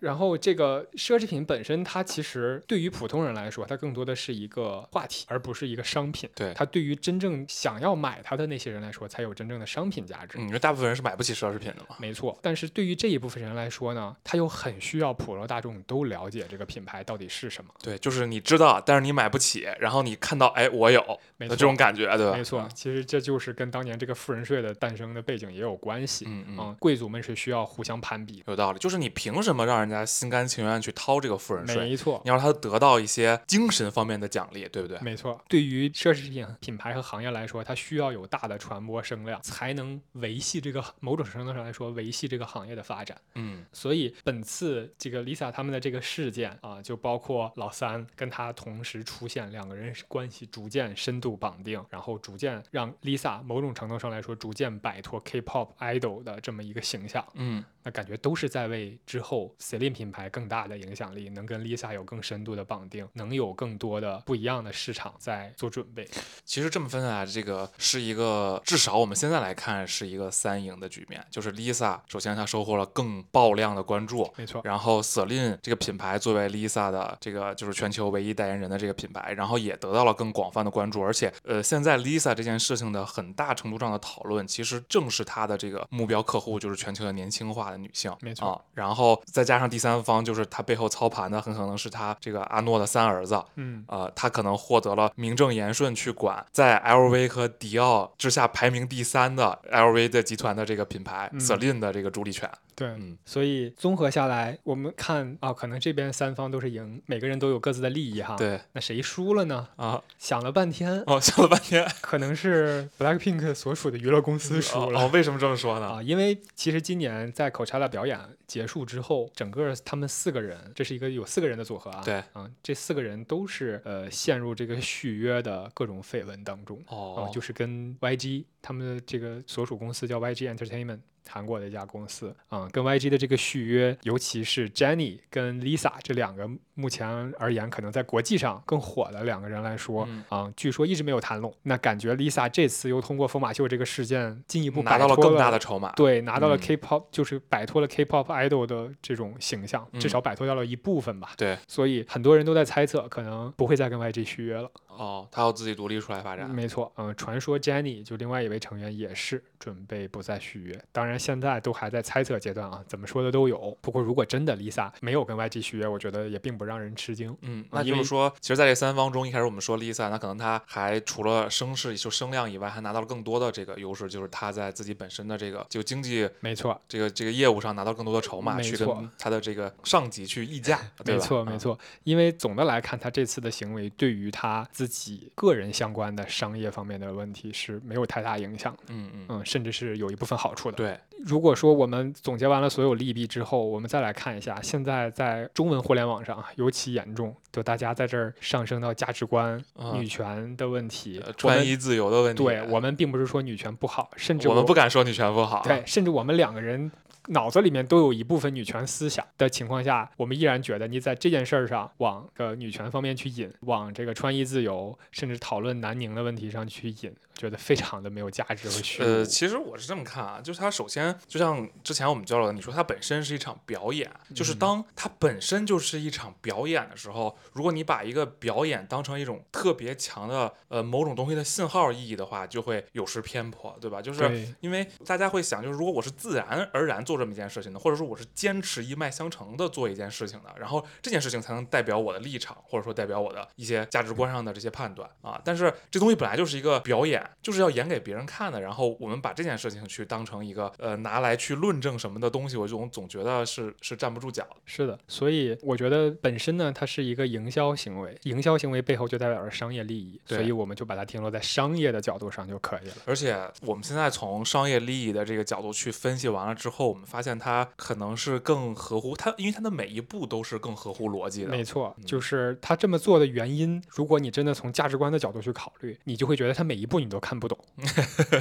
[SPEAKER 1] 然后，这个奢侈品本身，它其实对于普通人来说，它更多的是一个话题，而不是一个商品。
[SPEAKER 2] 对
[SPEAKER 1] 它对于真正想要买它的那些人来说，才有真正的商品价值。
[SPEAKER 2] 嗯，因为大部分人是买不起奢侈品的嘛。
[SPEAKER 1] 没错，但是对于这一部分人来说呢，他又很需要普罗大众都了解这个品牌到底是什么。
[SPEAKER 2] 对，就是你知道，但是你买不起，然后你看到，哎，我有，
[SPEAKER 1] 没
[SPEAKER 2] 那
[SPEAKER 1] 错，
[SPEAKER 2] 这种感觉，对吧？
[SPEAKER 1] 没错，其实这就是跟当年这个富人税的诞生的背景也有关系。
[SPEAKER 2] 嗯嗯，
[SPEAKER 1] 嗯，贵族们是需要互相攀比，
[SPEAKER 2] 有道理。就是你凭什么让人家心甘情愿去掏这个富人税？
[SPEAKER 1] 没错。
[SPEAKER 2] 你要让他得到一些精神方面的奖励，对不对？
[SPEAKER 1] 没错，对于奢侈品品牌和行业来说，它需要有大的传播声量，才能维系这个某种程度上来说维系这个行业的发展。
[SPEAKER 2] 嗯，
[SPEAKER 1] 所以本次这个 Lisa 他们的这个事件啊，就包括老三跟他同时出现，两个人关系逐渐深度绑定，然后逐渐让 Lisa 某种程度上来说逐渐摆脱 K-pop idol 的这么一个形象。
[SPEAKER 2] 嗯，
[SPEAKER 1] 那感觉都是在为之后 Celine 品牌更大的影响力，能跟 Lisa 有更深度的绑定，能有更多的不一样的市场在做准备。
[SPEAKER 2] 其实这么分下来，这个是一个至少我们现在来看是一个三赢的局面，就是 Lisa 首先她收获了更爆量的关注。
[SPEAKER 1] 没错，
[SPEAKER 2] 然后 Celine 这个品牌作为 Lisa 的这个就是全球唯一代言人的这个品牌，然后也得到了更广泛的关注，而且呃，现在 Lisa 这件事情的很大程度上的讨论，其实正是她的这个目标客户就是全球的年轻化的女性，
[SPEAKER 1] 没错
[SPEAKER 2] 啊。然后再加上上第三方，就是他背后操盘的很可能是他这个阿诺的三儿子，
[SPEAKER 1] 嗯，
[SPEAKER 2] 呃，他可能获得了名正言顺去管在 LV 和迪奥之下排名第三的 LV 的集团的这个品牌、
[SPEAKER 1] 嗯
[SPEAKER 2] Celine 的这个主理权。
[SPEAKER 1] 对，
[SPEAKER 2] 嗯
[SPEAKER 1] 所以综合下来，我们看啊，可能这边三方都是赢，每个人都有各自的利益哈。，
[SPEAKER 2] 对
[SPEAKER 1] 那谁输了呢？
[SPEAKER 2] 啊，
[SPEAKER 1] 想了半天，
[SPEAKER 2] 哦，想了半天，
[SPEAKER 1] 可能是 BLACKPINK 所属的娱乐公司输了。
[SPEAKER 2] 哦，哦为什么这么说呢？
[SPEAKER 1] 嗯啊，因为其实今年在 Coachella 表演结束之后，整个他们四个人，这是一个有四个人的组合啊。
[SPEAKER 2] 对，
[SPEAKER 1] 啊，这四个人都是呃陷入这个续约的各种绯闻当中。
[SPEAKER 2] 哦
[SPEAKER 1] 啊，，就是跟 YG 他们的这个所属公司叫 YG Entertainment，韩国的一家公司啊、跟 YG 的这个续约，尤其是 Jennie 跟 Lisa 这两个目前而言可能在国际上更火的两个人来说啊、
[SPEAKER 2] 嗯
[SPEAKER 1] 据说一直没有谈拢。那感觉 Lisa 这次又通过疯马秀这个事件进一步
[SPEAKER 2] 拿
[SPEAKER 1] 摆
[SPEAKER 2] 到了
[SPEAKER 1] 脱
[SPEAKER 2] 更
[SPEAKER 1] 了
[SPEAKER 2] 大的筹码。
[SPEAKER 1] 对，拿到了
[SPEAKER 2] 嗯
[SPEAKER 1] K-pop，、就是摆脱了 K-pop idol 的这种形象，
[SPEAKER 2] 嗯
[SPEAKER 1] 至少摆脱掉了一部分吧。
[SPEAKER 2] 对，
[SPEAKER 1] 所以很多人都在猜测，可能不会再跟 YG 续约了。
[SPEAKER 2] 哦，他要自己独立出来发展。
[SPEAKER 1] 没错，嗯、传说 Jenny 就另外一位成员也是准备不再续约，当然现在都还在猜测阶段啊，怎么说的都有。不过如果真的 Lisa 没有跟 YG 续约，我觉得也并不让人吃惊。
[SPEAKER 2] 嗯，
[SPEAKER 1] 啊
[SPEAKER 2] 那
[SPEAKER 1] 因
[SPEAKER 2] 就是
[SPEAKER 1] 为
[SPEAKER 2] 说，其实在这三方中，一开始我们说 Lisa，那可能她还除了声势就声量以外，还拿到了更多的这个优势，就是她在自己本身的这个就经济
[SPEAKER 1] 没错，
[SPEAKER 2] 这个这个业务上拿到更多的筹码，
[SPEAKER 1] 没
[SPEAKER 2] 去
[SPEAKER 1] 错
[SPEAKER 2] 跟她的这个上级去议价，对
[SPEAKER 1] 没
[SPEAKER 2] 吧
[SPEAKER 1] 错，没。
[SPEAKER 2] 嗯
[SPEAKER 1] 错。因为总的来看，他这次的行为对于他自己个人相关的商业方面的问题是没有太大影响的，
[SPEAKER 2] 嗯嗯，
[SPEAKER 1] 嗯，甚至是有一部分好处的。
[SPEAKER 2] 对，
[SPEAKER 1] 如果说我们总结完了所有利弊之后，我们再来看一下，现在在中文互联网上啊尤其严重，就大家在这儿上升到价值观、
[SPEAKER 2] 嗯
[SPEAKER 1] 女权的问题
[SPEAKER 2] 呃。
[SPEAKER 1] 我
[SPEAKER 2] 穿
[SPEAKER 1] 们
[SPEAKER 2] 衣自由的问题，
[SPEAKER 1] 对我们并不是说女权不好，甚至
[SPEAKER 2] 我们不啊
[SPEAKER 1] 敢
[SPEAKER 2] 敢说女权不好，
[SPEAKER 1] 对，，甚至我们两个人脑子里面都有一部分女权思想的情况下，我们依然觉得你在这件事儿上往个女权方面去引，往这个穿衣自由，甚至讨论南宁的问题上去引，觉得非常的没有价值和虚无。
[SPEAKER 2] 呃，其实我是这么看啊，就是它首先就像之前我们交流的，你说它本身是一场表演，就是
[SPEAKER 1] 嗯
[SPEAKER 2] 当它本身就是一场表演的时候，如果你把一个表演当成一种特别强的呃某种东西的信号意义的话，就会有失偏颇，对吧？就是。
[SPEAKER 1] 对，
[SPEAKER 2] 因为大家会想，就是如果我是自然而然做这么一件事情的，或者说我是坚持一脉相承的做一件事情的，然后这件事情才能代表我的立场，或者说代表我的一些价值观上的这些判断啊。但是这东西本来就是一个表演，就是要演给别人看的，然后我们把这件事情去当成一个呃拿来去论证什么的东西，我总总觉得是是站不住脚的。
[SPEAKER 1] 是的，所以我觉得本身呢，它是一个营销行为，营销行为背后就代表着商业利益，所
[SPEAKER 2] 对
[SPEAKER 1] 以我们就把它停留在商业的角度上就可以了。
[SPEAKER 2] 而且我们现在从商业利益的这个角度去分析完了之后，我们发现它可能是更合乎它，因为它的每一步都是更合乎逻辑的。嗯
[SPEAKER 1] 没错，就是他这么做的原因。如果你真的从价值观的角度去考虑，你就会觉得他每一步你都看 不懂，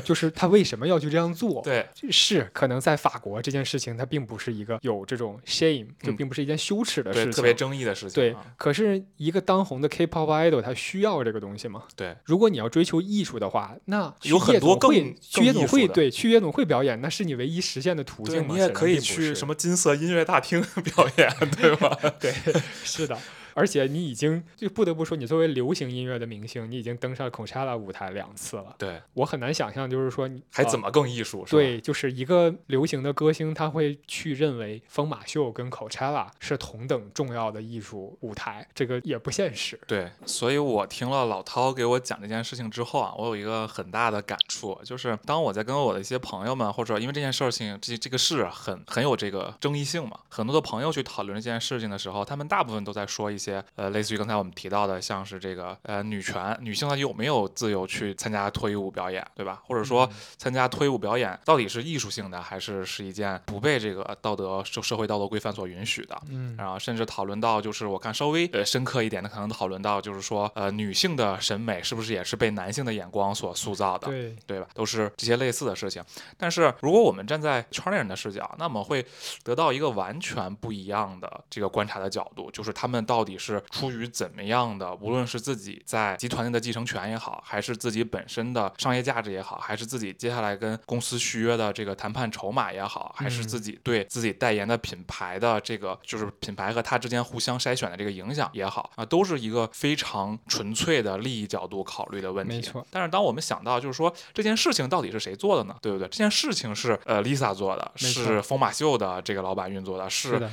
[SPEAKER 1] 就是他为什么要去这样做。
[SPEAKER 2] 对，
[SPEAKER 1] 是可能在法国这件事情，它并不是一个有这种 shame，就
[SPEAKER 2] 嗯
[SPEAKER 1] 并不是一件羞耻的事
[SPEAKER 2] 对，
[SPEAKER 1] 情，
[SPEAKER 2] 特别争议的事情。
[SPEAKER 1] 对
[SPEAKER 2] 啊，
[SPEAKER 1] 可是一个当红的 K-pop idol，他需要这个东西吗？
[SPEAKER 2] 对，
[SPEAKER 1] 如果你要追求艺术的话，那去
[SPEAKER 2] 有很
[SPEAKER 1] 夜总
[SPEAKER 2] 多更
[SPEAKER 1] 会
[SPEAKER 2] 更
[SPEAKER 1] 去夜
[SPEAKER 2] 艺
[SPEAKER 1] 总
[SPEAKER 2] 术
[SPEAKER 1] 会，
[SPEAKER 2] 的
[SPEAKER 1] 对，去夜总会表演，那是你唯一实现的途
[SPEAKER 2] 对
[SPEAKER 1] 径嘛。
[SPEAKER 2] 你也
[SPEAKER 1] 显然
[SPEAKER 2] 可以
[SPEAKER 1] 并不
[SPEAKER 2] 去
[SPEAKER 1] 是
[SPEAKER 2] 什么金色音乐大厅 表演，对吧？
[SPEAKER 1] 对， 是的。而且你已经就不得不说，你作为流行音乐的明星，你已经登上 Coachella 舞台两次了。
[SPEAKER 2] 对，
[SPEAKER 1] 我很难想象，就是说你
[SPEAKER 2] 还怎
[SPEAKER 1] 么、
[SPEAKER 2] 么更艺术？是吧，
[SPEAKER 1] 对，就是一个流行的歌星，他会去认为疯马秀跟 Coachella 是同等重要的艺术舞台，这个也不现实。
[SPEAKER 2] 对，所以我听了老涛给我讲这件事情之后啊，我有一个很大的感触，就是当我在跟我的一些朋友们，或者因为这件事情，这这个事啊很很有这个争议性嘛，很多的朋友去讨论这件事情的时候，他们大部分都在说一些呃，类似于刚才我们提到的，像是这个呃女权，女性她有没有自由去参加脱衣舞表演，对吧？或者说参加脱衣舞表演到底是艺术性的，还是是一件不被这个道德社社会道德规范所允许的？
[SPEAKER 1] 嗯，
[SPEAKER 2] 然后甚至讨论到，就是我看稍微呃深刻一点的，可能讨论到就是说，呃，女性的审美是不是也是被男性的眼光所塑造的？
[SPEAKER 1] 对，
[SPEAKER 2] 对吧？都是这些类似的事情。
[SPEAKER 1] 嗯
[SPEAKER 2] 但是如果我们站在呃圈内人的视角，那么会得到一个完全不一样的这个观察的角度，就是他们到底底是出于怎么样的，无论是自己在集团内的继承权也好，还是自己本身的商业价值也好，还是自己接下来跟公司续约的这个谈判筹码也好，还是
[SPEAKER 1] 嗯
[SPEAKER 2] 自己对自己代言的品牌的这个就是品牌和它之间互相筛选的这个影响也好啊，都是一个非常纯粹的利益角度考虑的问题。
[SPEAKER 1] 没错。
[SPEAKER 2] 但是当我们想到就是说这件事情到底是谁做的呢？对不对？这件事情是呃 Lisa 做的，
[SPEAKER 1] 没错
[SPEAKER 2] 是疯马秀的这个老板运作的，
[SPEAKER 1] 是
[SPEAKER 2] 是
[SPEAKER 1] 的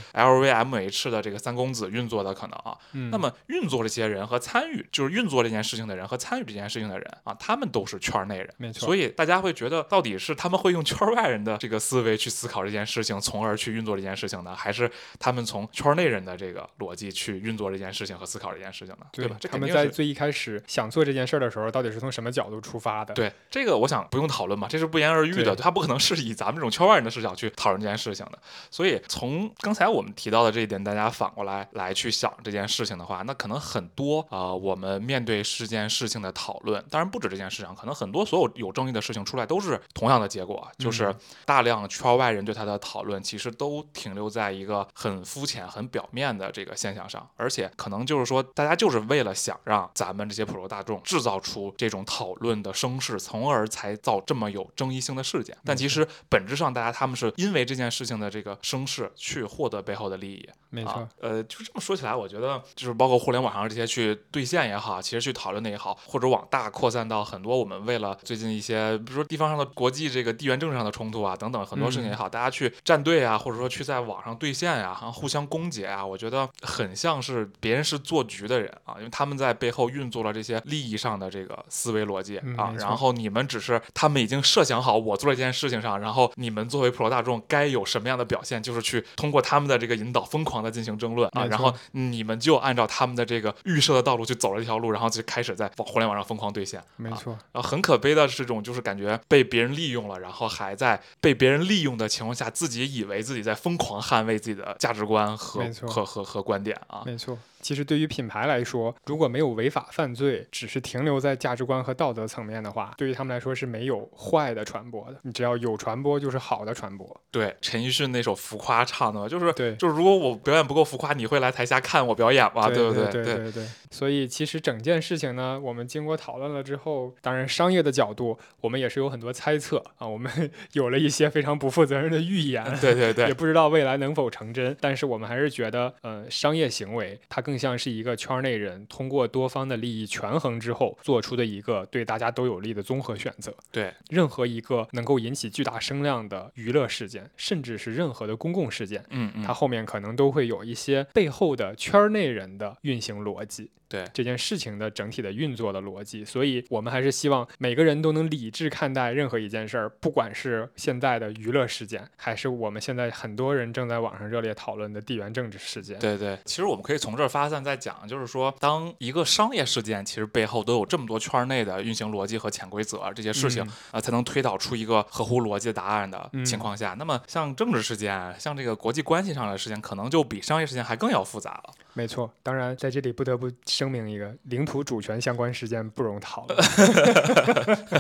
[SPEAKER 2] LVMH 的这个三公子运作的可能啊。
[SPEAKER 1] 嗯，
[SPEAKER 2] 那么运作这些人和参与，就是运作这件事情的人和参与这件事情的人啊，他们都是圈内人，
[SPEAKER 1] 没错
[SPEAKER 2] 所以大家会觉得，到底是他们会用圈外人的这个思维去思考这件事情，从而去运作这件事情呢，还是他们从圈内人的这个逻辑去运作这件事情和思考这件事情呢？对吧？这
[SPEAKER 1] 他
[SPEAKER 2] 肯
[SPEAKER 1] 们
[SPEAKER 2] 定
[SPEAKER 1] 在
[SPEAKER 2] 是。
[SPEAKER 1] 最一开始想做这件事儿的时候，到底是从什么角度出发的？，
[SPEAKER 2] 对这个，我想不用讨论嘛，这是不言而喻的，
[SPEAKER 1] 对
[SPEAKER 2] 他不可能是以咱们这种圈外人的视角去讨论这件事情的。所以从刚才我们提到的这一点，大家反过来来去想这件事情的话，那可能很多啊、呃我们面对这件事情的讨论，当然不止这件事情，可能很多所有有争议的事情出来都是同样的结果，啊就是大量圈外人对他的讨论，其实都停留在一个很肤浅、很表面的这个现象上，而且可能就是说，大家就是为了想让咱们这些普罗大众制造出这种讨论的声势，从而才造这么有争议性的事件。但其实本质上，大家他们是因为这件事情的这个声势去获得背后的利益。
[SPEAKER 1] 没
[SPEAKER 2] 啊
[SPEAKER 1] 错，，
[SPEAKER 2] 呃，就这么说起来，我觉得就是包括互联网上这些去兑现也好，其实去讨论的也好，或者往大扩散到很多我们为了最近一些，比如说地方上的国际这个地缘政治上的冲突啊等等很多
[SPEAKER 1] 嗯
[SPEAKER 2] 事情也好，大家去站队啊，或者说去在网上兑现呀、啊，互相攻讦啊，我觉得很像是别人是做局的人啊，因为他们在背后运作了这些利益上的这个思维逻辑
[SPEAKER 1] 嗯
[SPEAKER 2] 啊，
[SPEAKER 1] 没错
[SPEAKER 2] 然后你们只是他们已经设想好我做了一件事情上，然后你们作为普罗大众该有什么样的表现，就是去通过他们的这个引导疯狂的进行争论
[SPEAKER 1] 没
[SPEAKER 2] 啊，
[SPEAKER 1] 错
[SPEAKER 2] 然后你们就按照他们的这个预设的道路去走了这条路，然后就开始在网互联网上疯狂兑现。
[SPEAKER 1] 没
[SPEAKER 2] 啊
[SPEAKER 1] 错，
[SPEAKER 2] 然后很可悲的是，这种就是感觉被别人利用了，然后还在被别人利用的情况下，自己以为自己在疯狂捍卫自己的价值观和
[SPEAKER 1] 没错
[SPEAKER 2] 和和和观点啊。
[SPEAKER 1] 没错。其实对于品牌来说，如果没有违法犯罪，只是停留在价值观和道德层面的话，对于他们来说是没有坏的传播的。你只要有传播，就是好的传播。
[SPEAKER 2] 对，陈奕迅那首《浮夸》唱的，就是
[SPEAKER 1] 对
[SPEAKER 2] 就是如果我表演不够浮夸，你会来台下看我表演吗？
[SPEAKER 1] 对
[SPEAKER 2] 不
[SPEAKER 1] 对
[SPEAKER 2] 对
[SPEAKER 1] 对对。所以其实整件事情呢，我们经过讨论了之后，当然商业的角度，我们也是有很多猜测啊，我们 有了一些非常不负责任的预言。
[SPEAKER 2] 对对对
[SPEAKER 1] 也不知道未来能否成真，但是我们还是觉得，呃，商业行为它更像是一个圈内人通过多方的利益权衡之后做出的一个对大家都有利的综合选择。
[SPEAKER 2] 对，
[SPEAKER 1] 任何一个能够引起巨大声量的娱乐事件，甚至是任何的公共事件，
[SPEAKER 2] 嗯嗯
[SPEAKER 1] 它，后面可能都会有一些背后的圈儿内人的运行逻辑，
[SPEAKER 2] 对
[SPEAKER 1] 这件事情的整体的运作的逻辑。所以，我们还是希望每个人都能理智看待任何一件事儿，不管是现在的娱乐事件，还是我们现在很多人正在网上热烈讨论的地缘政治事件。
[SPEAKER 2] 对对，其实我们可以从这儿发散再讲，就是说，当一个商业事件，其实背后都有这么多圈内的运行逻辑和潜规则这些事情，
[SPEAKER 1] 嗯
[SPEAKER 2] 呃，才能推导出一个合乎逻辑的答案的
[SPEAKER 1] 嗯
[SPEAKER 2] 情况下，那么像政治事件，像这个国际关系上的事件，可能就比商业事件还更要复杂了。
[SPEAKER 1] 没错。当然，在这里不得不声明一个，领土主权相关事件不容讨 论。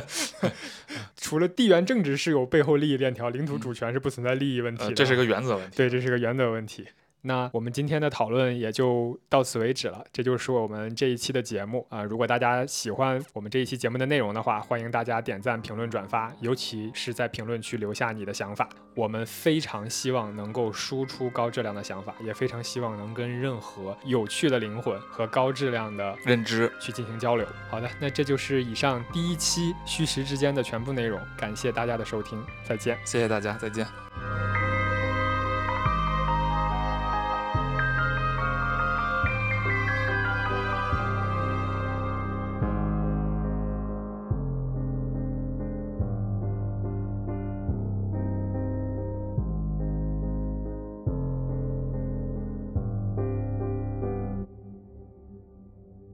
[SPEAKER 1] 除了地缘政治是有背后利益链条，领土主权是不存在利益问题
[SPEAKER 2] 嗯呃，
[SPEAKER 1] 的。
[SPEAKER 2] 这是个原则问题。
[SPEAKER 1] 对，这是个原则问题。那我们今天的讨论也就到此为止了，这就是我们这一期的节目啊、如果大家喜欢我们这一期节目的内容的话，欢迎大家点赞、评论、转发，尤其是在评论区留下你的想法。我们非常希望能够输出高质量的想法，也非常希望能跟任何有趣的灵魂和高质量的
[SPEAKER 2] 认知，
[SPEAKER 1] 去进行交流。好的，那这就是以上第一期虚实之间的全部内容，感谢大家的收听，再见。
[SPEAKER 2] 谢谢大家，再见。